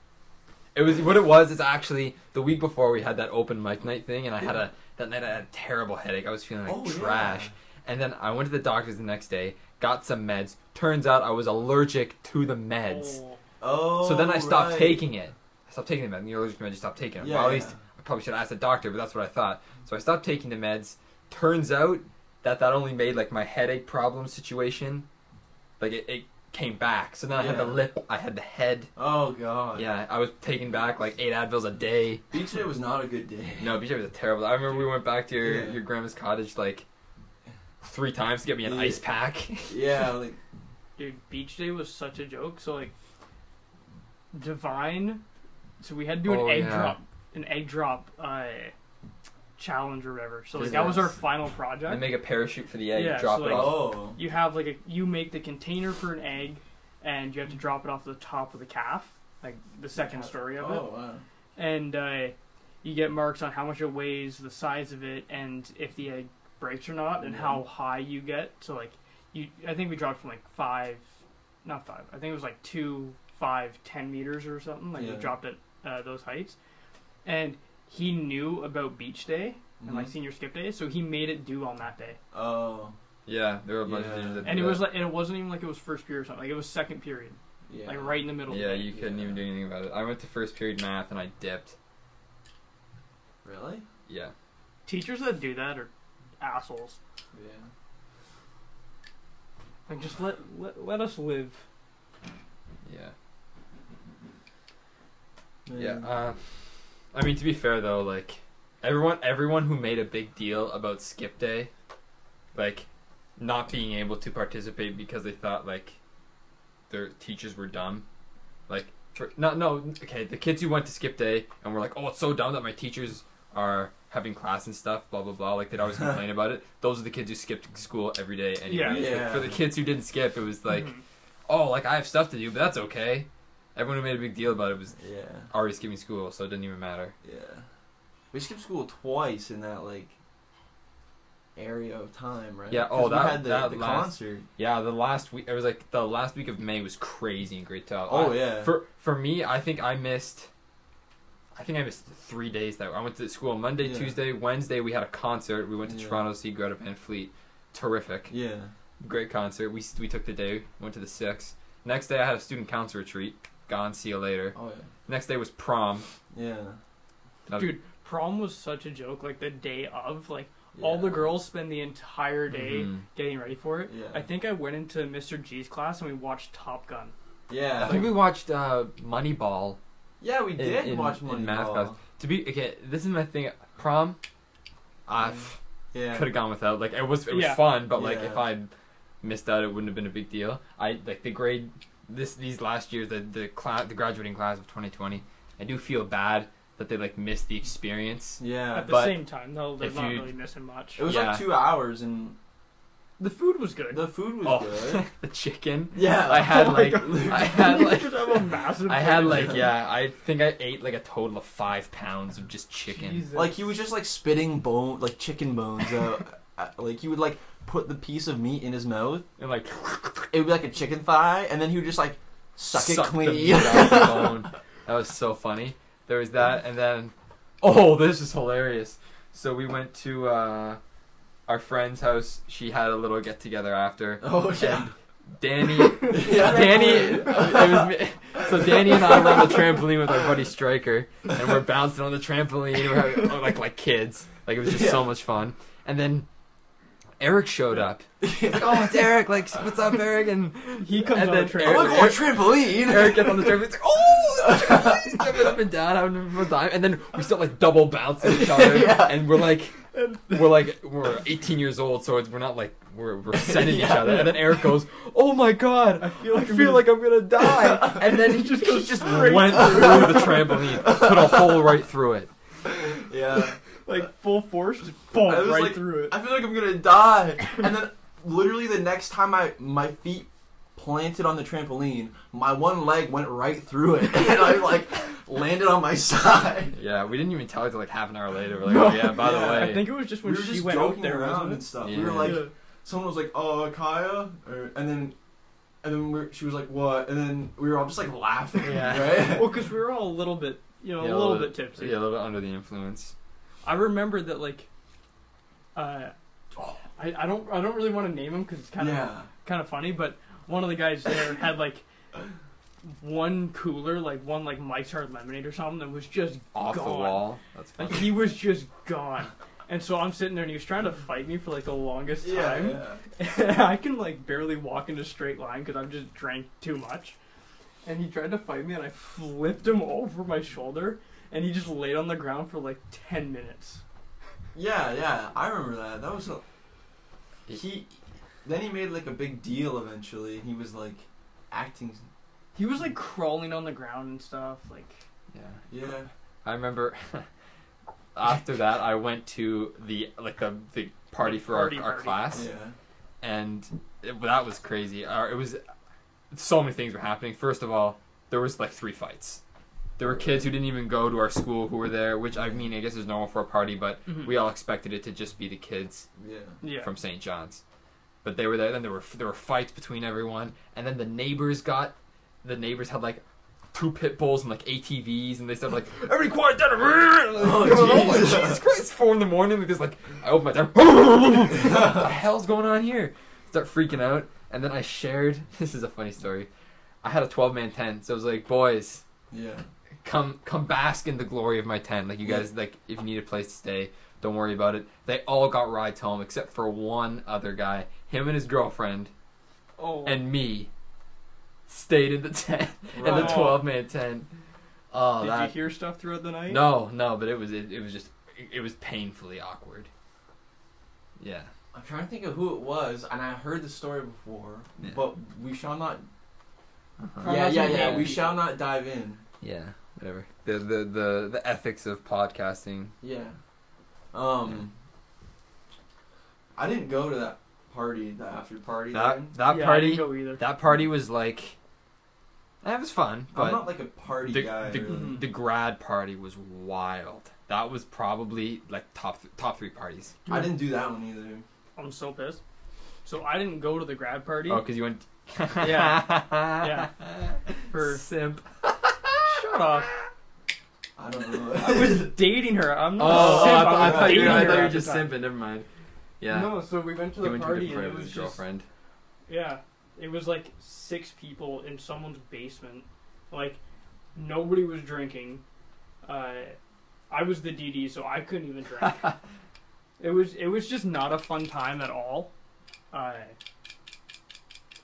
S3: [laughs] it was- what it was. Is actually the week before we had that open mic night thing, and I had a that night I had a terrible headache. I was feeling like
S2: Oh, yeah.
S3: trash. And then I went to the doctor's the next day, got some meds. Turns out I was allergic to the meds.
S4: Oh.
S2: oh.
S3: So then I stopped
S2: right.
S3: taking it. I stopped taking the med. and The allergic med just stopped taking it.
S2: Yeah,
S3: well, at
S2: yeah.
S3: least I probably should have asked the doctor, but that's what I thought. So I stopped taking the meds. Turns out that that only made like my headache problem situation, like it, it came back. So then I had the
S2: Yeah.
S3: lip, I had the head.
S2: Oh god.
S3: Yeah, I was taking back like eight Advils a day.
S2: Beach day was not a good day.
S3: [laughs] No, BJ was a terrible. I remember we went back to your,
S2: Yeah.
S3: your grandma's cottage like three times to get me an
S2: Yeah.
S3: ice pack.
S2: Yeah, like
S4: Dude, beach day was such a joke. So like, divine. So we had to do an
S3: Oh,
S4: egg
S3: yeah.
S4: drop, an egg drop uh, challenge or whatever. So like that was our
S3: Yes.
S4: final project.
S3: and make a parachute for the egg,
S4: Yeah,
S3: drop
S4: so,
S3: it
S4: like-
S3: off.
S2: oh.
S4: you have like a you make the container for an egg, and you have to drop it off the top of the calf, like the second story of it.
S2: Oh wow.
S4: and uh, you get marks on how much it weighs, the size of it, and if the egg breaks or not, and how high you get. So like you, I think we dropped from like five, not five. I think it was like two, five, ten meters or something. Like we
S2: Yeah.
S4: dropped at uh, those heights, and he knew about beach day and like
S2: Mhm.
S4: senior skip day, so he made it due on that day.
S2: Oh.
S3: Yeah, there were a bunch
S2: Yeah.
S3: of dudes that
S4: And
S3: did
S4: it was
S3: that.
S4: like and it wasn't even like it was first period or something. Like it was second period,
S2: Yeah.
S4: like right in the middle.
S3: yeah,
S4: of it.
S3: you couldn't
S2: Yeah.
S3: even do anything about it. I went to first period math and I dipped.
S2: Really?
S3: Yeah,
S4: Teachers that do that are assholes.
S2: Yeah.
S4: Like just let let, let us live.
S3: yeah, yeah. Uh, I mean, to be fair though, like everyone, everyone who made a big deal about skip day, like not being able to participate because they thought like their teachers were dumb, like for, no, no, okay, the kids who went to skip day and were like, oh, it's so dumb that my teachers are having class and stuff, blah blah blah. Like they'd always complain about it. Those are the kids who skipped school every day. Anyways.
S4: Yeah.
S3: Like,
S2: Yeah.
S3: for the kids who didn't skip, it was like.
S4: Mhm.
S3: oh, like I have stuff to do, but that's okay. Everyone who made a big deal about it was
S2: Yeah.
S3: already skipping school, so it didn't even matter.
S2: Yeah. We skipped school twice in that like area of time, right?
S3: Yeah, oh,
S2: 'Cause we
S3: that-
S2: had the,
S3: that
S2: the
S3: last-
S2: concert.
S3: Yeah, the last week it was like the last week of May was crazy in Great Tell.
S2: Oh
S3: I-
S2: yeah.
S3: For for me, I think I missed. I think I missed three days that I went to school Monday,
S2: Yeah.
S3: Tuesday, Wednesday. We had a concert. We went to
S2: Yeah.
S3: Toronto to see Greta Van Fleet. Terrific,
S2: yeah.
S3: great concert. We we took the day, went to the six. Next day I had a student council retreat. Gone, see you later.
S2: Oh
S3: Next day was prom.
S2: yeah. Yeah.
S3: Another-
S4: Dude, prom was such a joke. Like the day of, like
S2: yeah.
S4: all the girls spend the entire day
S3: Mhm.
S4: getting ready for it.
S2: Yeah.
S4: I think I went into Mr. G's class and we watched Top Gun.
S2: Yeah.
S3: I [laughs] think we watched uh, Moneyball
S2: yeah, we
S3: in-
S2: did
S3: in-
S2: watch
S3: in
S2: Moneyball.
S3: math class. To be okay, this is my thing. Prom, I
S2: Mm. Yeah.
S3: could have gone without. Like it was, it was
S4: Yeah.
S3: fun, but like
S2: Yeah.
S3: if I missed out, it wouldn't have been a big deal. I like the grade this these last years, the the class, the graduating class of 2020. I do feel bad that they like missed the experience. [laughs]
S2: Yeah.
S4: At the
S3: but
S4: same time, though, they're
S3: if
S4: not
S3: you-
S4: really missing much.
S2: It was
S3: Yeah.
S2: like two hours, and
S4: The food was good. [laughs]
S2: the food was
S3: Oh, [laughs]
S2: good.
S3: the chicken.
S2: Yeah.
S3: I
S2: [laughs]
S3: had
S4: Oh my
S3: like
S4: God.
S3: I had
S4: You
S3: like
S4: just have a massive
S3: I had
S4: plate.
S3: like yeah. I think I ate like a total of five pounds of just chicken.
S4: Jesus.
S2: Like he was just like spitting bone, like chicken bones out. [laughs] Uh, like he would like put the piece of meat in his mouth.
S3: And like [laughs]
S2: It would be like a chicken thigh, and then he would just like suck it
S3: Suck the meat
S2: clean.
S3: out of [laughs] the bone. That was so funny. There was that, and then oh, this is hilarious. So we went to uh, our friend's house. She had a little get together after.
S2: [laughs] oh yeah.
S3: [laughs] Danny,
S2: [laughs] Yeah.
S3: Danny, it
S2: [laughs]
S3: was me. So Danny and I were on the trampoline with our buddy Striker, and we're bouncing on the trampoline. We're having, like like kids. Like it was just so much fun. And then Eric showed up. He's like, oh, it's Eric. Like, what's up, Eric? And
S4: He comes
S3: and
S4: on
S3: then
S2: Oh,
S4: the train.
S2: we're going trampoline.
S3: [laughs] Eric gets on the trampoline, it's like, [laughs] oh, he's jumping up and down, having a fun time. And then we start like double bouncing each [laughs] other,
S2: Yeah.
S3: and we're like, we're like, we're 18 years old, so it's, we're not like we're we're sending each other. And then Eric goes, oh my god, I feel like, I feel like I'm gonna [laughs] die. And then he just goes, just went through the trampoline, put a hole right through it.
S2: Yeah.
S4: like full force, just boom,
S2: I was
S4: right
S2: like-
S4: through it.
S2: I feel like I'm gonna die. And then literally the next time I my feet planted on the trampoline, my one leg went right through it, [laughs] and I like landed on my side.
S3: Yeah, we didn't even tell her till like half an hour later. We're like, oh yeah, by the
S2: Yeah.
S3: way,
S4: I think it was just
S2: We
S4: when
S2: were
S4: she
S2: just
S4: went
S2: joking
S4: out there,
S2: around
S4: wasn't
S2: and
S4: it?
S2: stuff.
S3: Yeah.
S2: We were like,
S4: Yeah.
S2: someone was like, "Oh, Kaya," or, and then. And then we're, she was like, "What?" And then we were all just like laughing,
S3: Yeah.
S2: right?
S4: [laughs] Well, because we were all a little bit, you know,
S3: Yeah,
S4: a little bit tipsy.
S3: yeah, a little bit under the influence.
S4: I remember that like, uh, I, I don't I don't really want to name him because it's kind of
S2: yeah,
S4: kind of funny, but one of the guys there had like one cooler, like one like Mike's Hard Lemonade or something that was just
S3: Off the
S4: gone.
S3: wall. That's
S4: Like
S3: funny.
S4: he was just gone, And so I'm sitting there, and he was trying to fight me for like the longest
S2: Yeah,
S4: time.
S2: yeah.
S4: [laughs] I can like barely walk in a straight line because I've just drank too much. And he tried to fight me, and I flipped him [laughs] over my shoulder, and he just laid on the ground for like ten minutes.
S2: Yeah, yeah, I remember that. That was a he. Then he made like a big deal eventually, and he was like acting.
S4: He was like crawling on the ground and stuff. Like
S6: Yeah.
S2: Yeah,
S3: I remember [laughs] after that I went to the like the, the party for
S4: Party,
S3: our, our
S4: party.
S3: class
S2: yeah.
S3: and it, that was crazy. Our, it was so many things were happening. First of all, there was like three fights. There were kids who didn't even go to our school who were there, which I mean I guess is normal for a party, but
S4: Mm-hmm.
S3: we all expected it to just be the kids
S2: Yeah.
S4: yeah,
S3: from St. John's. But they were there. Then there were there were fights between everyone, and then the neighbors got the neighbors had like two pit bulls and like ATVs, and they said like everybody quiet down.
S2: [laughs] Oh,
S3: [laughs] I'm like,
S2: Jesus.
S3: Jesus Christ! It's Four in the morning. Because like I open my door. [laughs] what the hell's going on here? Start freaking out, and then I shared. [laughs] This is a funny story. I had a twelve man tent, so it was like boys
S2: Yeah.
S3: come come bask in the glory of my tent. Like you guys, like if you need a place to stay, don't worry about it. They all got rides home except for one other guy. Him and his girlfriend
S4: oh,
S3: and me stayed in the [laughs] tent in the
S4: Right.
S3: twelve man tent. Oh,
S4: did
S3: that
S4: you hear stuff throughout the night?
S3: no, no, but it was it, it was just it, it was painfully awkward. Yeah,
S2: I'm trying to think of who it was, and I heard the story before,
S3: Yeah.
S2: but we shall not.
S4: Or
S2: yeah,
S4: not
S2: yeah,
S4: to
S2: yeah.
S4: name
S2: We
S4: people.
S2: shall not dive in.
S6: Yeah. Whatever.
S7: The, the the the ethics of podcasting.
S2: Yeah. Um. I didn't go to that party, the after party. thing.
S3: that that
S4: yeah, I
S3: party
S4: didn't go either.
S3: that party was like that was fun, but
S2: I'm not like a party
S3: the,
S2: guy.
S3: the, [laughs]
S2: really.
S3: the grad party was wild. That was probably like top th- top three parties.
S2: I didn't do that one either.
S4: I'm so pissed. So I didn't go to the grad party
S3: Oh, because you went.
S4: Yeah.
S3: [laughs]
S4: Yeah. for
S3: Simp.
S4: shut up.
S2: I don't
S3: [laughs]
S2: know.
S4: I was dating her. I'm
S3: Oh,
S4: not
S3: oh,
S4: a simp.
S3: I,
S4: I,
S3: thought, I
S4: was
S3: thought you,
S4: dating
S3: were- I
S4: her.
S3: thought you were
S4: at the
S3: just
S4: time.
S3: simping. Never mind. Yeah.
S4: No, so we went to
S3: he
S4: the
S3: went
S4: party
S3: to the
S4: and
S3: party
S4: it
S3: with
S4: was
S3: his
S4: just
S3: girlfriend.
S4: Yeah, it was like six people in someone's basement. Like nobody was drinking. Uh, I was the DD, so I couldn't
S3: [laughs]
S4: even drink. it was it was just not a fun time at all. Uh,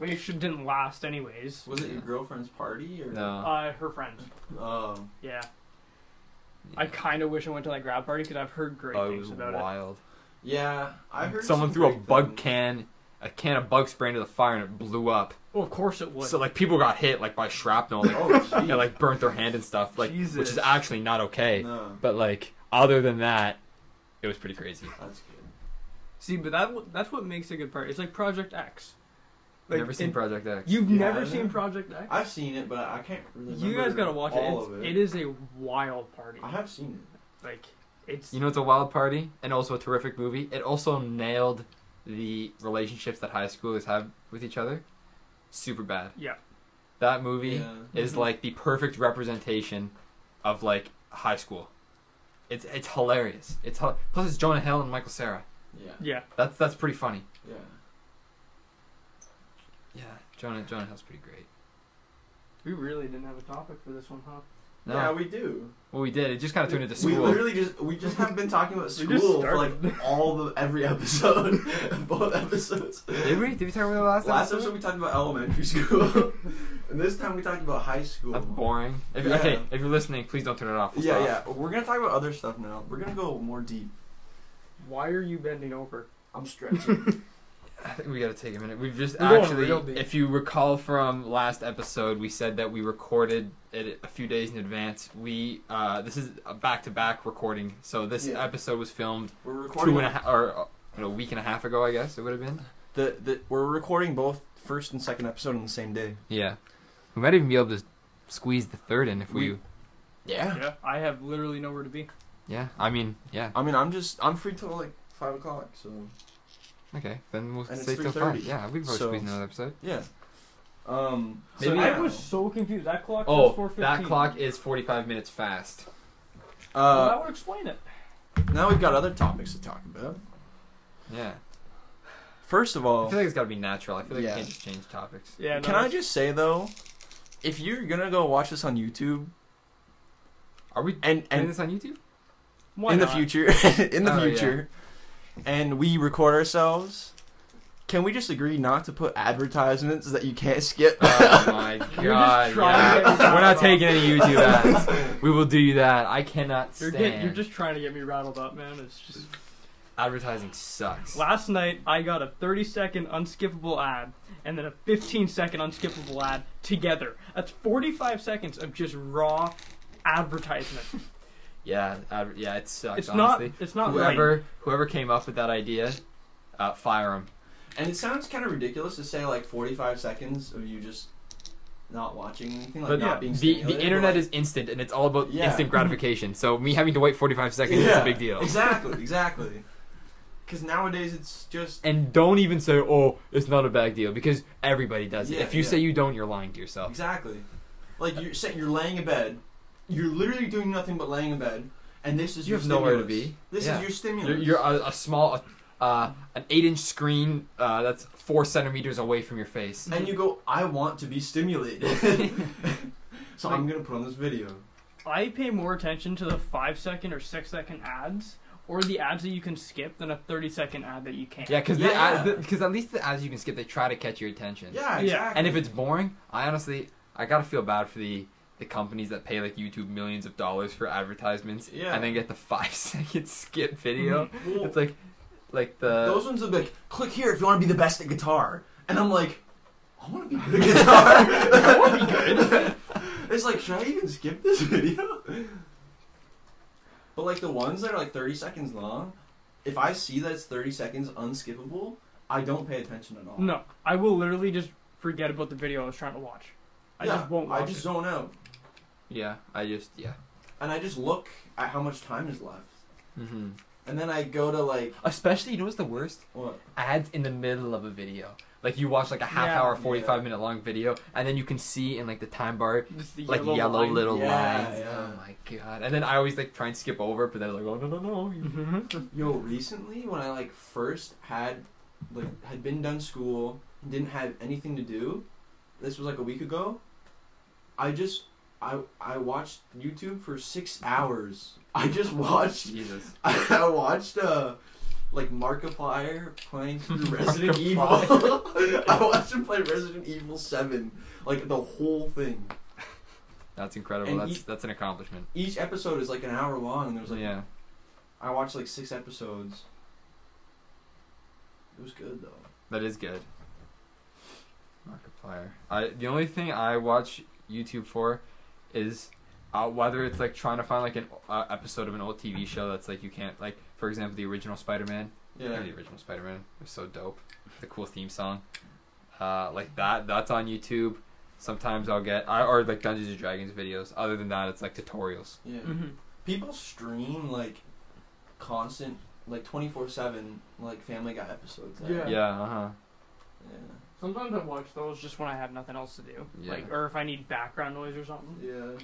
S4: we should didn't last anyways.
S2: [laughs] Was it your girlfriend's party or?
S3: No.
S4: Uh, her friend,
S2: Um,
S4: yeah. I kind of wish I went to that grad party because I've heard great
S3: Oh, it
S4: things
S3: was
S4: about
S3: wild.
S2: yeah, I heard
S3: Someone
S2: some
S3: threw a
S2: great
S3: bug
S2: things.
S3: can, a can of bug spray into the fire, and it blew up.
S4: it. Well, of course it would.
S3: So like people got hit like by shrapnel, like,
S2: Oh,
S3: [laughs]
S2: jeez.
S3: and like burnt their hand and stuff, like which
S2: Jesus.
S3: is actually not okay.
S2: No,
S3: But like other than that, it was pretty crazy.
S2: that's good.
S4: See, but that w- that's what makes a good party. It's like Project X. Like,
S3: Never seen
S4: it-
S3: Project X.
S4: You've
S2: Yeah, I
S4: never seen
S2: know.
S4: Project X?
S2: I've seen it, but I can't really.
S4: You guys
S2: remember
S4: gotta watch it.
S2: all
S4: It's,
S2: of
S4: it is a wild party.
S2: I have seen it.
S4: Like it's
S3: You know, it's a wild party and also a terrific movie. It also nailed the relationships that high schoolers have with each other. Super bad.
S4: Yeah.
S3: That movie
S2: Yeah. Mm-hmm.
S3: is
S4: Mhm.
S3: like the perfect representation of like high school. It's it's hilarious. It's hel- plus it's Jonah Hill and Michael Sarah.
S2: Yeah,
S4: yeah.
S3: That's that's pretty funny.
S2: yeah.
S3: Yeah, Jonah Jonah Hill's pretty great.
S4: We really didn't have a topic for this one, huh?
S3: No,
S2: Yeah, we do.
S3: well we did. It just kind of turned into
S2: We
S3: school.
S2: literally just we just have been talking about
S4: [laughs] We just
S2: school for like all the every episode, [laughs] both episodes.
S3: did we? Did we talk about the last,
S2: Last episode we talked about elementary school, [laughs] and this time we talked about high school.
S3: That's boring. If,
S2: Yeah.
S3: Okay, if you're listening, please don't turn it off. We'll
S2: Yeah,
S3: stop.
S2: yeah. We're gonna talk about other stuff now. We're gonna go more deep.
S4: Why are you bending over?
S2: I'm
S3: [laughs]
S2: stretching.
S3: I think we gotta take a minute. We've just
S4: We're going real
S3: actually,
S4: deep.
S3: if you recall from last episode, we said that we recorded it a few days in advance. We uh, this is a back-to-back recording, so this
S2: Yeah.
S3: episode was filmed
S2: We're recording
S3: two and a half or uh, a week and a half ago, I guess it would have been.
S2: The, the we're recording both first and second episode on the same day.
S3: Yeah, we might even be able to squeeze the third in if we.
S2: Yeah.
S4: Yeah, I have literally nowhere to be.
S3: yeah, I mean, yeah.
S2: I mean, I'm just I'm free till like five o'clock. So
S3: Okay, then we'll
S2: And it's
S3: stay till
S2: 3:30.
S3: five. Yeah, we can probably
S2: So-
S3: squeeze another episode.
S2: yeah. Um.
S3: Maybe-
S4: so
S2: so,
S4: I was so confused. That clock says
S3: Oh,
S4: 4:15.
S3: that clock is 45 minutes fast.
S4: Well,
S2: Uh,
S4: that would explain it.
S2: now we've got other topics to talk about.
S3: Yeah.
S2: First of
S3: I
S2: all,
S3: feel like it's got to be natural. I feel like
S2: Yeah.
S3: we can't just change topics.
S4: Yeah. No,
S2: can I
S4: that's-
S2: just say though, if you're gonna go watch this on YouTube
S3: Are we
S2: and
S3: doing
S2: and
S3: this on YouTube?
S4: Why
S2: in the
S4: not?
S2: future, [laughs] in the
S3: Oh, yeah.
S2: future, and we record ourselves, can we just agree not to put advertisements that you can't skip?
S3: [laughs] Oh
S4: [laughs]
S3: my
S4: You're
S3: god.
S4: just trying to
S3: yeah.
S4: get me
S3: We're not
S4: [laughs] riled
S3: taking
S4: up.
S3: any YouTube ads. We will do you that. I cannot
S4: You're,
S3: stand.
S4: get, you're just trying to get me rattled up, man. It's just.
S3: Advertising sucks.
S4: Last night I got a 30 second unskippable ad and then a 15 second unskippable ad together. That's 45 seconds of just raw advertisement.
S3: Yeah, ad- yeah, it sucks.
S4: It's not.
S3: honestly.
S4: It's not
S3: whoever
S4: right.
S3: whoever came up with that idea, uh, fire him.
S2: and it sounds kind of ridiculous to say like 45 seconds of you just not watching anything, like
S3: But
S2: not
S4: yeah,
S2: being
S3: The the
S2: stimulated,
S3: internet
S2: but,
S3: is instant, and it's all about
S2: Yeah.
S3: instant gratification. So me having to
S2: [laughs]
S3: wait 45 seconds is a big deal.
S2: Exactly, exactly. Because nowadays it's just
S3: And don't even say, "Oh, it's not a big deal," because everybody does it.
S2: Yeah,
S3: if you
S2: yeah.
S3: say you don't, you're lying to yourself.
S2: exactly like you're sitting, you're laying in bed, you're literally doing nothing but laying in bed, and this is
S3: You
S2: your
S3: have nowhere to
S2: stimulus.
S3: be.
S2: This
S3: Yeah.
S2: is your stimulus.
S3: You're, you're a, a small, uh, an eight-inch screen uh, that's four centimeters away from your face.
S2: and you go, I want to be
S3: [laughs]
S2: stimulated. [laughs] so I'm gonna put on this video.
S4: I pay more attention to the five second or six second ads or the ads that you can skip than a 30 second ad that you can't.
S3: Yeah, because
S2: Yeah, yeah.
S3: because at least the ads you can skip, they try to catch your attention.
S2: Yeah,
S4: Yeah.
S2: exactly.
S3: And if it's boring, I honestly I gotta feel bad for the the companies that pay like YouTube millions of dollars for advertisements
S2: Yeah.
S3: and then get the [laughs] five second skip video.
S2: Well,
S3: it's like like the
S2: those ones are like, click here if you want to be the best at guitar, and I'm like, I want to be
S4: [laughs]
S2: good at guitar.
S3: that would be good.
S2: [laughs] it's like, should I even skip this video? But like the ones that are like 30 seconds long, if I see that it's 30 seconds unskippable, I don't pay attention at all.
S4: No, I will literally just forget about the video I was trying to watch. I
S2: Yeah,
S4: just won't watch
S2: I just
S4: it.
S2: zone out,
S3: yeah, I just yeah.
S2: and I just look at how much time is left,
S3: hmm
S2: and then I go to like
S3: Especially you know what's the worst?
S2: what?
S3: Ads in the middle of a video. Like you watch like a half
S4: Yeah.
S3: hour, forty five minute long video, and then you can see in like the time bar
S4: Just the
S3: like yellow,
S4: line.
S3: little
S2: Yeah,
S3: lines.
S2: yeah.
S3: Oh my god! And then I always like try and skip over, it, but then like, oh no no no, you
S4: Mhm.
S2: Yo, recently when I like first had like had been done school, didn't have anything to do. This was like a week ago. I just I I watched YouTube for 6 hours. I just watched [laughs]
S3: Jesus.
S2: I, watched uh like Markiplier playing through Resident Evil. [laughs] I watched him play Resident Evil 7, like the whole thing.
S3: That's incredible.
S2: And
S3: that's
S2: he-
S3: that's an accomplishment.
S2: Each episode is like an hour long and there's like
S3: yeah.
S2: I watched like 6 episodes. It was good though.
S3: That is good. Markiplier. I the only thing I watch YouTube for is uh, whether it's like trying to find like an uh, episode of an old TV show that's like you can't like for example the original Spider-Man.
S2: Yeah.
S3: The original Spider-Man was so dope. The cool theme song. Uh, like that. That's on YouTube. Sometimes I'll get I, or like Dungeons and Dragons videos. Other than that, it's like tutorials.
S2: Yeah.
S4: Mhm.
S2: People stream like constant like 24/7 like Family Guy episodes. like-
S4: Yeah.
S3: Yeah. Uh huh.
S2: Yeah.
S4: Sometimes I watch those just when I have nothing else to do,
S3: Yeah.
S4: like or if I need background noise or something.
S2: Yeah.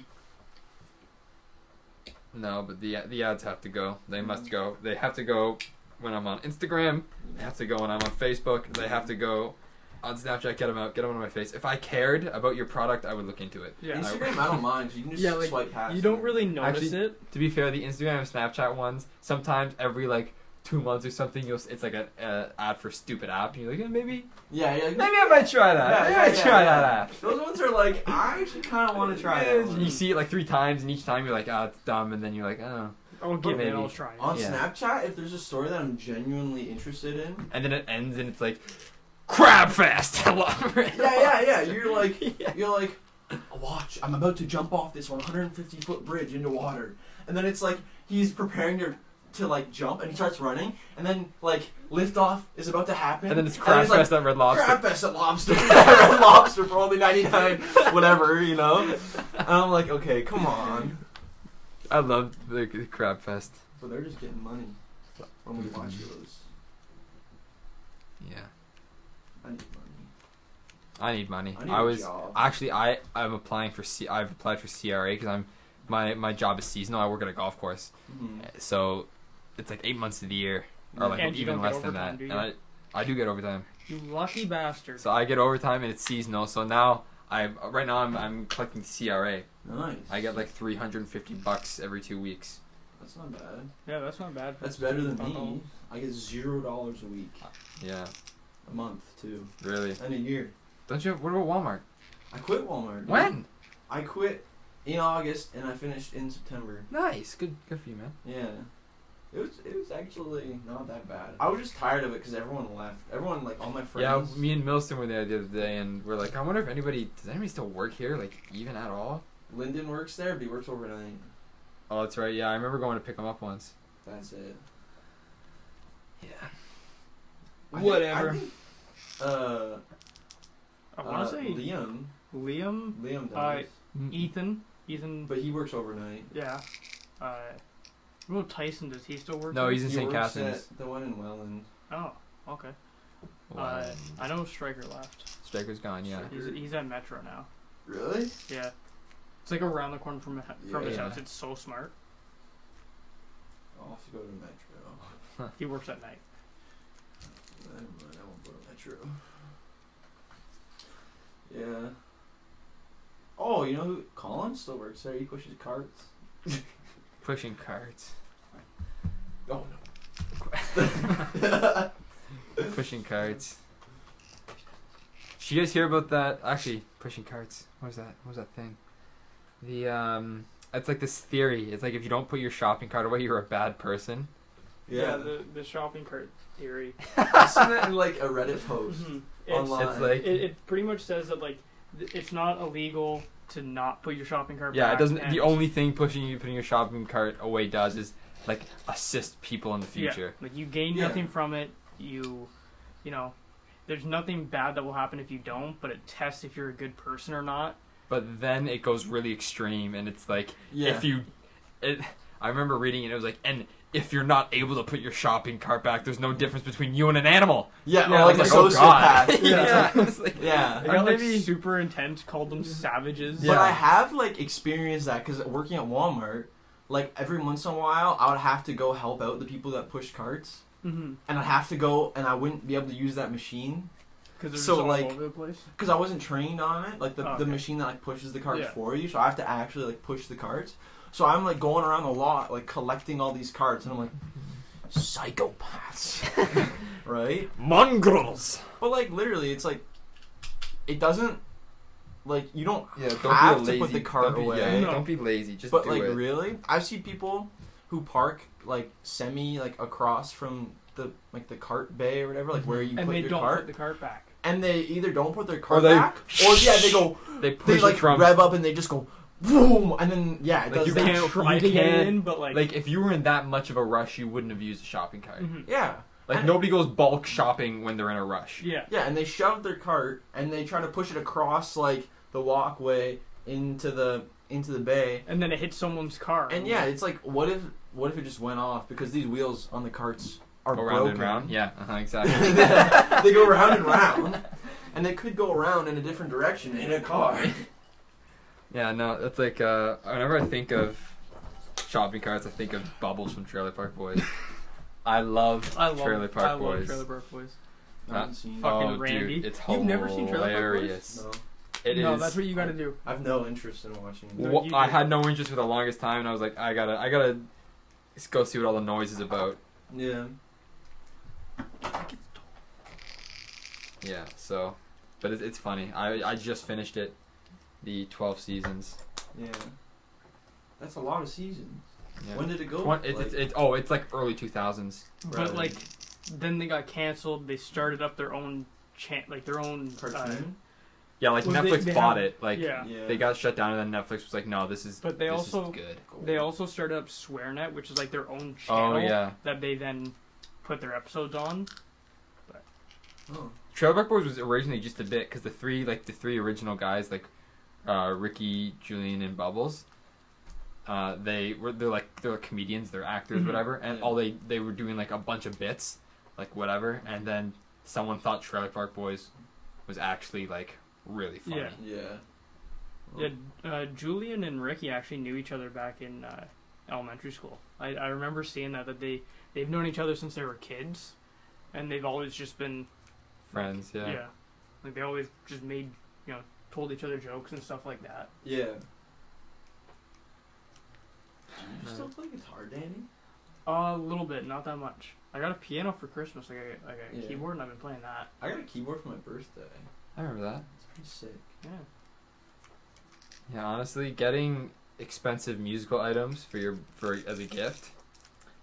S3: No, but the the ads have to go. They must go. They have to go when I'm on Instagram. They have to go when I'm on Facebook. They have to go on Snapchat. Get them out. Get them out of my face. If I cared about your product, I would look into it.
S4: Yeah.
S2: Instagram, I don't mind. 'cause You can just
S4: Yeah, like,
S2: swipe past.
S4: You don't
S2: it.
S4: really notice
S3: Actually-
S4: it.
S3: To be fair, the Instagram and Snapchat ones sometimes every like two months or something, you'll s- it's like an uh, ad for stupid app, and you're like, eh, maybe
S2: Yeah, yeah.
S4: [laughs]
S3: maybe I might try that.
S2: Yeah,
S3: maybe
S2: yeah,
S3: I
S2: yeah,
S3: try
S2: yeah.
S3: that app.
S2: Those ones are like I actually kind of want to try
S3: Eh,
S2: that. one.
S3: You see it like three times, and each time you're like, ah, it's dumb, and then you're like, oh.
S4: I'll give it.
S3: maybe.
S4: I'll try. it.
S2: on
S3: Yeah.
S2: Snapchat if there's a story that I'm genuinely interested in.
S3: And then it ends, and it's like, crab fest. [laughs] I love it.
S2: Yeah, yeah, yeah. You're
S3: [laughs]
S2: like you're like watch. I'm about to jump off this 150 foot bridge into water, and then it's like he's preparing to. To like jump and he starts running and then like liftoff is about to happen
S3: And then it's crab
S2: like,
S3: fest at Red Lobster.
S2: Crab fest at lobster. [laughs] Red lobster for only 99,
S3: [laughs]
S2: whatever, you know? And I'm like, okay, come on.
S3: I love the, the crab fest.
S2: But they're just getting money when we watch those.
S3: Yeah,
S2: I need money.
S3: I need money.
S2: I
S3: I,
S2: need
S3: was
S2: a job.
S3: actually I I'm applying for C. I've applied for CRA because I'm my my job is seasonal. I work at a golf course,
S2: Mhm.
S3: so it's like eight months of the year, or like
S4: And you
S3: even
S4: don't get
S3: less than that.
S4: overtime, do
S3: and
S4: you?
S3: I I do get overtime,
S4: You lucky bastard.
S3: so I get overtime and it's seasonal. So now I right now I'm I'm collecting CRA.
S2: Nice.
S3: I get like 350 bucks every two weeks.
S2: That's not bad.
S4: Yeah, that's not bad.
S2: That's better than me.
S4: $10.
S2: I get zero dollars a week,
S3: Yeah,
S2: a month too,
S3: really.
S2: and a year.
S3: Don't you? Have, what about Walmart?
S2: I quit Walmart.
S3: When?
S2: I quit in August and I finished in September.
S3: Nice. Good. Good for you, man.
S2: Yeah. It was, it was actually not that bad. I was just tired of it because everyone left. Everyone, like, all my friends.
S3: Yeah, me and Milston were there the other day, and we're like, I wonder if anybody does anybody still work here, like even at all?
S2: Lyndon works there, but he works overnight.
S3: Oh, that's right. Yeah, I remember going to pick him up once.
S2: That's it.
S3: Yeah.
S2: I think-
S4: Whatever.
S2: I think, uh,
S4: I want
S2: uh,
S4: to say
S2: Liam.
S4: Liam,
S2: Liam does.
S4: I- Ethan, Ethan.
S2: but he works overnight.
S4: yeah. Uh, what about Tyson? Does he still work?
S3: No,
S4: there?
S3: he's in
S2: He
S3: St.
S2: works
S3: Catharines.
S2: at The one in Welland.
S4: Oh, okay. Uh,
S3: Wow.
S4: I know Stryker left.
S3: Striker's gone. Yeah.
S4: He's, he's at Metro now.
S2: Really?
S4: Yeah. It's like around the corner from from his
S3: Yeah.
S4: house. It's so smart.
S2: I'll have to go to Metro.
S4: He works at night.
S2: Never mind, I won't go to Metro. Yeah. Oh, you know who? Colin still works there. He pushes carts.
S3: Pushing carts.
S2: Oh
S3: Pushing carts. Did you guys hear about that? Actually, pushing carts. What was that? What was that thing? The um, it's like this theory. It's like if you don't put your shopping cart away, you're a bad person.
S2: Yeah.
S4: the, the shopping cart theory.
S2: I seen that in like a Reddit post.
S4: Mhm.
S2: Online.
S4: It's-
S3: It's like
S4: it, it pretty much says that like th- it's not illegal to not put your shopping cart.
S3: yeah,
S4: back
S3: it doesn't.
S4: and-
S3: The only thing pushing you putting your shopping cart away does is like assist people in the
S4: Yeah,
S3: future.
S4: like you gain
S2: Yeah.
S4: nothing from it. You, you know, there's nothing bad that will happen if you don't. But it tests if you're a good person or not.
S3: But then it goes really extreme, and it's like
S2: Yeah.
S3: if you, it, I remember reading it. It was like, and if you're not able to put your shopping cart back, there's no difference between you and an animal.
S2: yeah,
S3: Yeah,
S2: or like a
S3: like, oh, God. [laughs]
S2: sociopath.
S3: yeah,
S2: yeah.
S3: it's like-
S2: Yeah.
S4: They
S3: I'm
S4: got like
S3: maybe-
S4: super intense, called them savages.
S2: But I have like experienced that because working at Walmart, like every once in a while, I would have to go help out the people that push carts,
S4: mm-hmm.
S2: and I'd have to go, and I wouldn't be able to use that machine
S4: Because they're
S2: So,
S4: just all
S2: like-
S4: over the place.
S2: because I wasn't trained on it. Like the,
S4: Oh,
S2: the
S4: okay.
S2: machine that like pushes the cart
S4: Yeah.
S2: for you, so I have to actually like push the carts. So I'm like going around the lot, like collecting all these carts, and I'm like,
S4: [laughs]
S2: psychopaths, right?
S3: mongrels.
S2: But like literally, it's like it doesn't like you don't
S3: Yeah, don't
S2: have
S3: be a lazy.
S2: to put the cart
S3: don't be,
S2: away.
S3: yeah,
S4: No.
S3: Don't be lazy. Just
S2: But
S3: do
S2: like
S3: it.
S2: really, I've seen people who park like semi like across from the like the cart bay or whatever, like where you
S4: Mm-hmm. And
S2: put
S4: they
S2: your
S4: don't
S2: cart,
S4: put the cart back.
S2: and they either don't put their cart
S3: they-
S2: back, or yeah, they go
S3: they push
S2: they
S3: it
S2: like
S3: from
S2: rev up and they just go boom, and then yeah, it
S3: Like,
S2: does
S3: you
S2: that.
S3: can't-
S4: try to
S3: can't-
S4: get in, but like,
S3: like if you were in that much of a rush, you wouldn't have used a shopping cart.
S4: mhm.
S2: Yeah,
S3: Like
S2: And-
S3: nobody goes bulk shopping when they're in a rush.
S4: yeah,
S2: yeah, and they shove their cart and they try to push it across like the walkway into the into the bay,
S4: and then it hits someone's car.
S2: and yeah, it's like what if what if it just went off because these wheels on the carts are
S3: Go round and
S2: broken.
S3: round. Yeah, uh-huh,
S4: [laughs]
S3: exactly.
S2: [laughs] they go round and round, and they could go around in a different direction in a car.
S3: yeah, no, that's like uh, whenever I think of shopping carts, I think of Bubbles from Trailer Park Boys. I love
S4: I love
S3: Trailer Park
S4: I love
S3: Boys.
S4: Trailer Park Boys.
S2: I haven't seen
S4: Fuck. Fucking
S3: oh,
S4: Randy.
S3: dude, it's hilarious.
S4: You've never seen Trailer Park Boys?
S2: no,
S3: It
S4: no,
S3: is-
S4: that's what you got to do.
S2: I have no interest in watching.
S4: No,
S3: Wha-
S4: you
S3: I
S4: do.
S3: had no interest for the longest time, and I was like, I gotta, I gotta s- go see what all the noise is about.
S2: Yeah,
S3: Yeah, so, but it's, it's funny. I, I just finished it, the twelve seasons.
S2: yeah, that's a lot of seasons.
S3: Yeah.
S2: When did it go?
S3: Twen- it's, it's, it's, oh, it's like early two thousands.
S2: Right.
S4: But like, then they got canceled. They started up their own chan like their own
S2: Like,
S4: uh,
S2: cartoon.
S3: Yeah, like
S4: Well, they-
S3: Netflix
S4: they
S3: bought
S4: have-
S3: it. Like
S4: yeah.
S2: yeah,
S3: they got shut down, and then Netflix was like, no, this is,
S4: But they
S3: this
S4: also-
S3: is good.
S4: They also started up SwearNet, which is like their own channel
S3: Oh yeah,
S4: that they then put their episodes on.
S2: Oh.
S3: Trailer Park Boys was originally just a bit because the three, like the three original guys, like uh, Ricky, Julian, and Bubbles. Uh, they were they're like they're like comedians, they're actors,
S4: Mhm.
S3: whatever, and
S2: Yeah.
S3: all they they were doing like a bunch of bits, like whatever, and then someone thought Trailer Park Boys was actually like really funny.
S4: Yeah.
S2: Yeah. Oh.
S4: Yeah, uh, Julian and Ricky actually knew each other back in uh, elementary school. I, I remember seeing that that they they've known each other since they were kids, and they've always just been
S3: Friends, yeah.
S4: yeah, like they always just made you know told each other jokes and stuff like that.
S2: Yeah. you still play guitar, Danny?
S4: A little bit, not that much. I got a piano for Christmas. Like I, like a
S2: Yeah.
S4: keyboard, and I've been playing that.
S2: I got a keyboard for my birthday.
S3: I remember that.
S2: It's pretty sick.
S4: Yeah.
S3: Yeah, honestly, getting expensive musical items for your for as a gift,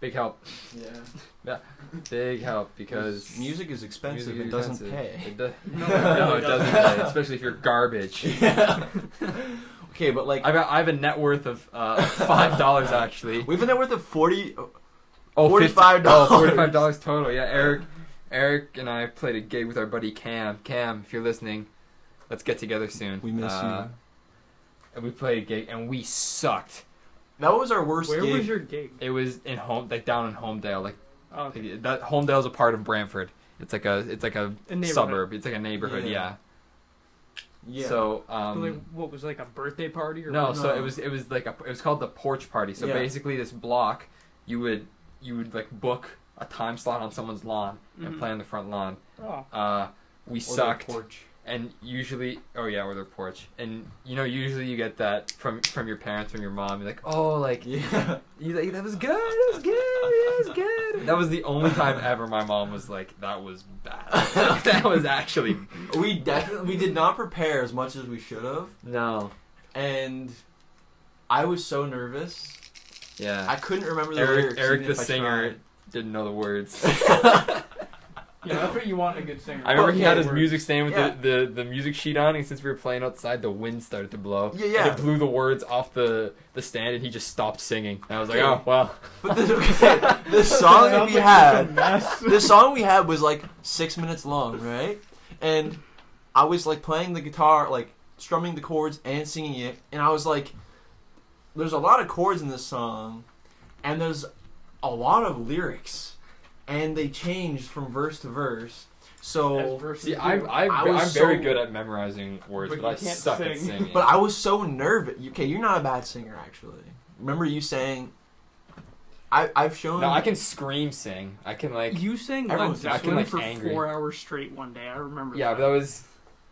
S3: big help,
S2: Yeah.
S3: big help because
S2: music is expensive.
S3: music
S2: it
S3: is
S2: doesn't
S3: expensive.
S2: pay.
S3: [laughs] It do-
S4: No,
S3: no,
S4: it
S3: it doesn't [laughs] pay, especially if you're garbage.
S2: [laughs]
S3: [laughs]
S2: Yeah. okay, but like
S3: I've a, I have a net worth of [laughs] uh, five dollars actually.
S2: we have a net worth of forty.
S3: Oh,
S2: $45.
S3: forty-five dollars total. Yeah, Eric, Eric and I played a gig with our buddy Cam. Cam, if you're listening, let's get together soon.
S2: We miss
S3: you. And we played a gig and we sucked.
S2: That was our worst
S4: Where
S2: gig.
S4: was your gig?
S3: It was in home, like down in Homedale, like
S4: Oh, okay.
S3: that. Homedale's a part of Brantford. It's like a, it's like a,
S4: A neighborhood.
S3: suburb. It's like a neighborhood.
S2: Yeah.
S3: Yeah.
S2: yeah.
S3: So
S4: But,
S3: um,
S4: like, what was it, like a birthday party or
S3: no,
S4: What?
S3: so
S2: No.
S3: it was it was like a it was called the porch party. So
S2: Yeah.
S3: basically, this block you would you would like book a time slot on someone's lawn and
S4: Mhm.
S3: play on the front lawn.
S4: Oh,
S3: Uh, we
S2: Or their
S3: sucked,
S2: porch.
S3: and usually oh yeah, or their porch, and you know usually you get that from from your parents, from your mom. You're like oh like
S2: Yeah.
S3: you like that was good, that was good, that
S2: [laughs]
S3: was good. That was the only time ever my mom was like that was bad. [laughs] that was actually
S2: We definitely we did not prepare as much as we should have,
S3: no
S2: and I was so nervous.
S3: yeah.
S2: I couldn't remember the
S3: Eric-
S2: lyrics.
S3: Eric
S2: even
S3: the
S2: if I
S3: singer.
S2: tried.
S3: didn't know the words.
S4: [laughs] yeah, that's what you want in a good singer.
S3: I remember he had
S2: Okay.
S3: his
S4: [laughs]
S3: music stand with
S2: Yeah.
S3: the, the, the music sheet on, and since we were playing outside, the wind started to blow.
S2: Yeah, yeah.
S3: And it blew the words off the, the stand, and he just stopped singing. And I was like, oh,
S2: Okay.
S3: wow.
S2: But the, okay, the [laughs] song that we had, the song we had was like six minutes long, right? And I was like playing the guitar, like strumming the chords and singing it, and I was like, "There's a lot of chords in this song, and there's a lot of lyrics, and they changed from verse to verse." So,
S3: See, I'm, I'm,
S2: I
S3: I
S2: was
S3: am very
S2: so-
S3: good at memorizing words,
S4: But
S3: but,
S4: you
S3: I
S4: can't
S3: suck at
S4: sing.
S3: singing.
S2: but I was so nervous. Okay, you're not a bad singer, actually. Remember you saying, I, "I've shown."
S3: no, I can scream sing. I can, like...
S4: you sang Led
S2: Everyone's
S3: acting
S4: Zeppelin
S3: like
S4: for
S3: angry.
S4: four hours straight one day. I remember.
S3: yeah,
S4: that.
S3: but that was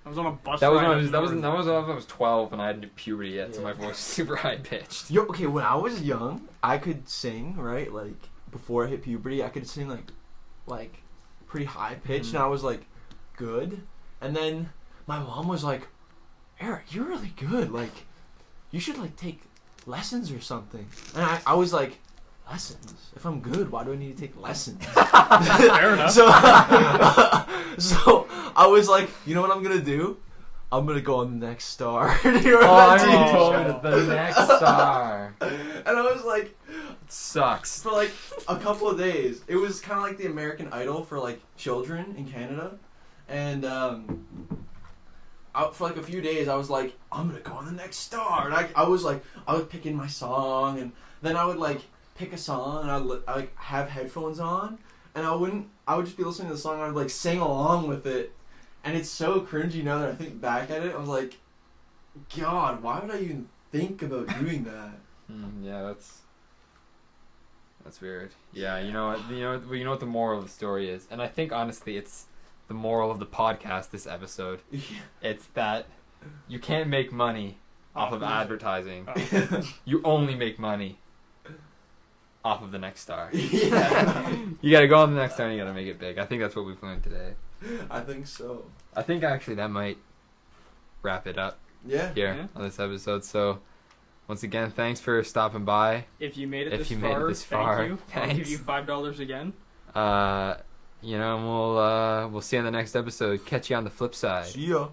S4: I was on a bus.
S3: that was
S4: ride
S3: when I
S4: up
S3: was that was
S4: north.
S3: that was when I was twelve and I hadn't hit puberty yet, so
S2: Yeah.
S3: my voice was [laughs] super high
S2: [laughs]
S3: pitched.
S2: Yo, okay, when I was young, I could sing, right? Like before I hit puberty, I could sing like like pretty high pitched
S4: Mm.
S2: and I was like good. And then my mom was like, "Eric, you're really good. Like you should like take lessons or something." And I, I was like, "Lessons? If I'm good, why do I need to take lessons?"
S4: [laughs] Fair enough.
S2: so [laughs] so I was like, "You know what I'm going to do? I'm going to go on the next star." [laughs] You know what I
S4: I'm
S2: mean?
S4: on
S3: told the [laughs] next star
S2: and I was like,
S3: sucks.
S2: for like a couple of days. It was kind of like the American Idol for like children in Canada, and um, I, for like a few days, I was like, I'm gonna go on the next star, and I, I was like, I was picking my song, and then I would like pick a song, and I would I, like have headphones on, and I wouldn't, I would just be listening to the song, and I would like sing along with it, and it's so cringy now that I think back at it. I was like, God, why would I even think about doing that? [laughs]
S3: Mm, yeah, that's that's weird. Yeah, you know what you know what- well, you know what the moral of the story is, and I think honestly, it's the moral of the podcast this episode. It's that you can't make money off of [laughs] advertising. You only make money off of the next star.
S2: yeah,
S3: You gotta go on the next star. and You gotta make it big. I think that's what we've learned today.
S2: I think so.
S3: I think actually that might wrap it up
S2: Yeah.
S3: here
S4: Yeah.
S3: on this episode. So. Once again, thanks for stopping by.
S4: If you made it
S3: If
S4: this
S3: you made it
S4: far,
S3: this
S4: thank
S3: far,
S4: you. I'll give
S3: thanks.
S4: you five dollars again.
S3: Uh, you know, and we'll uh, we'll see you on the next episode. Catch you on the flip side.
S2: See ya.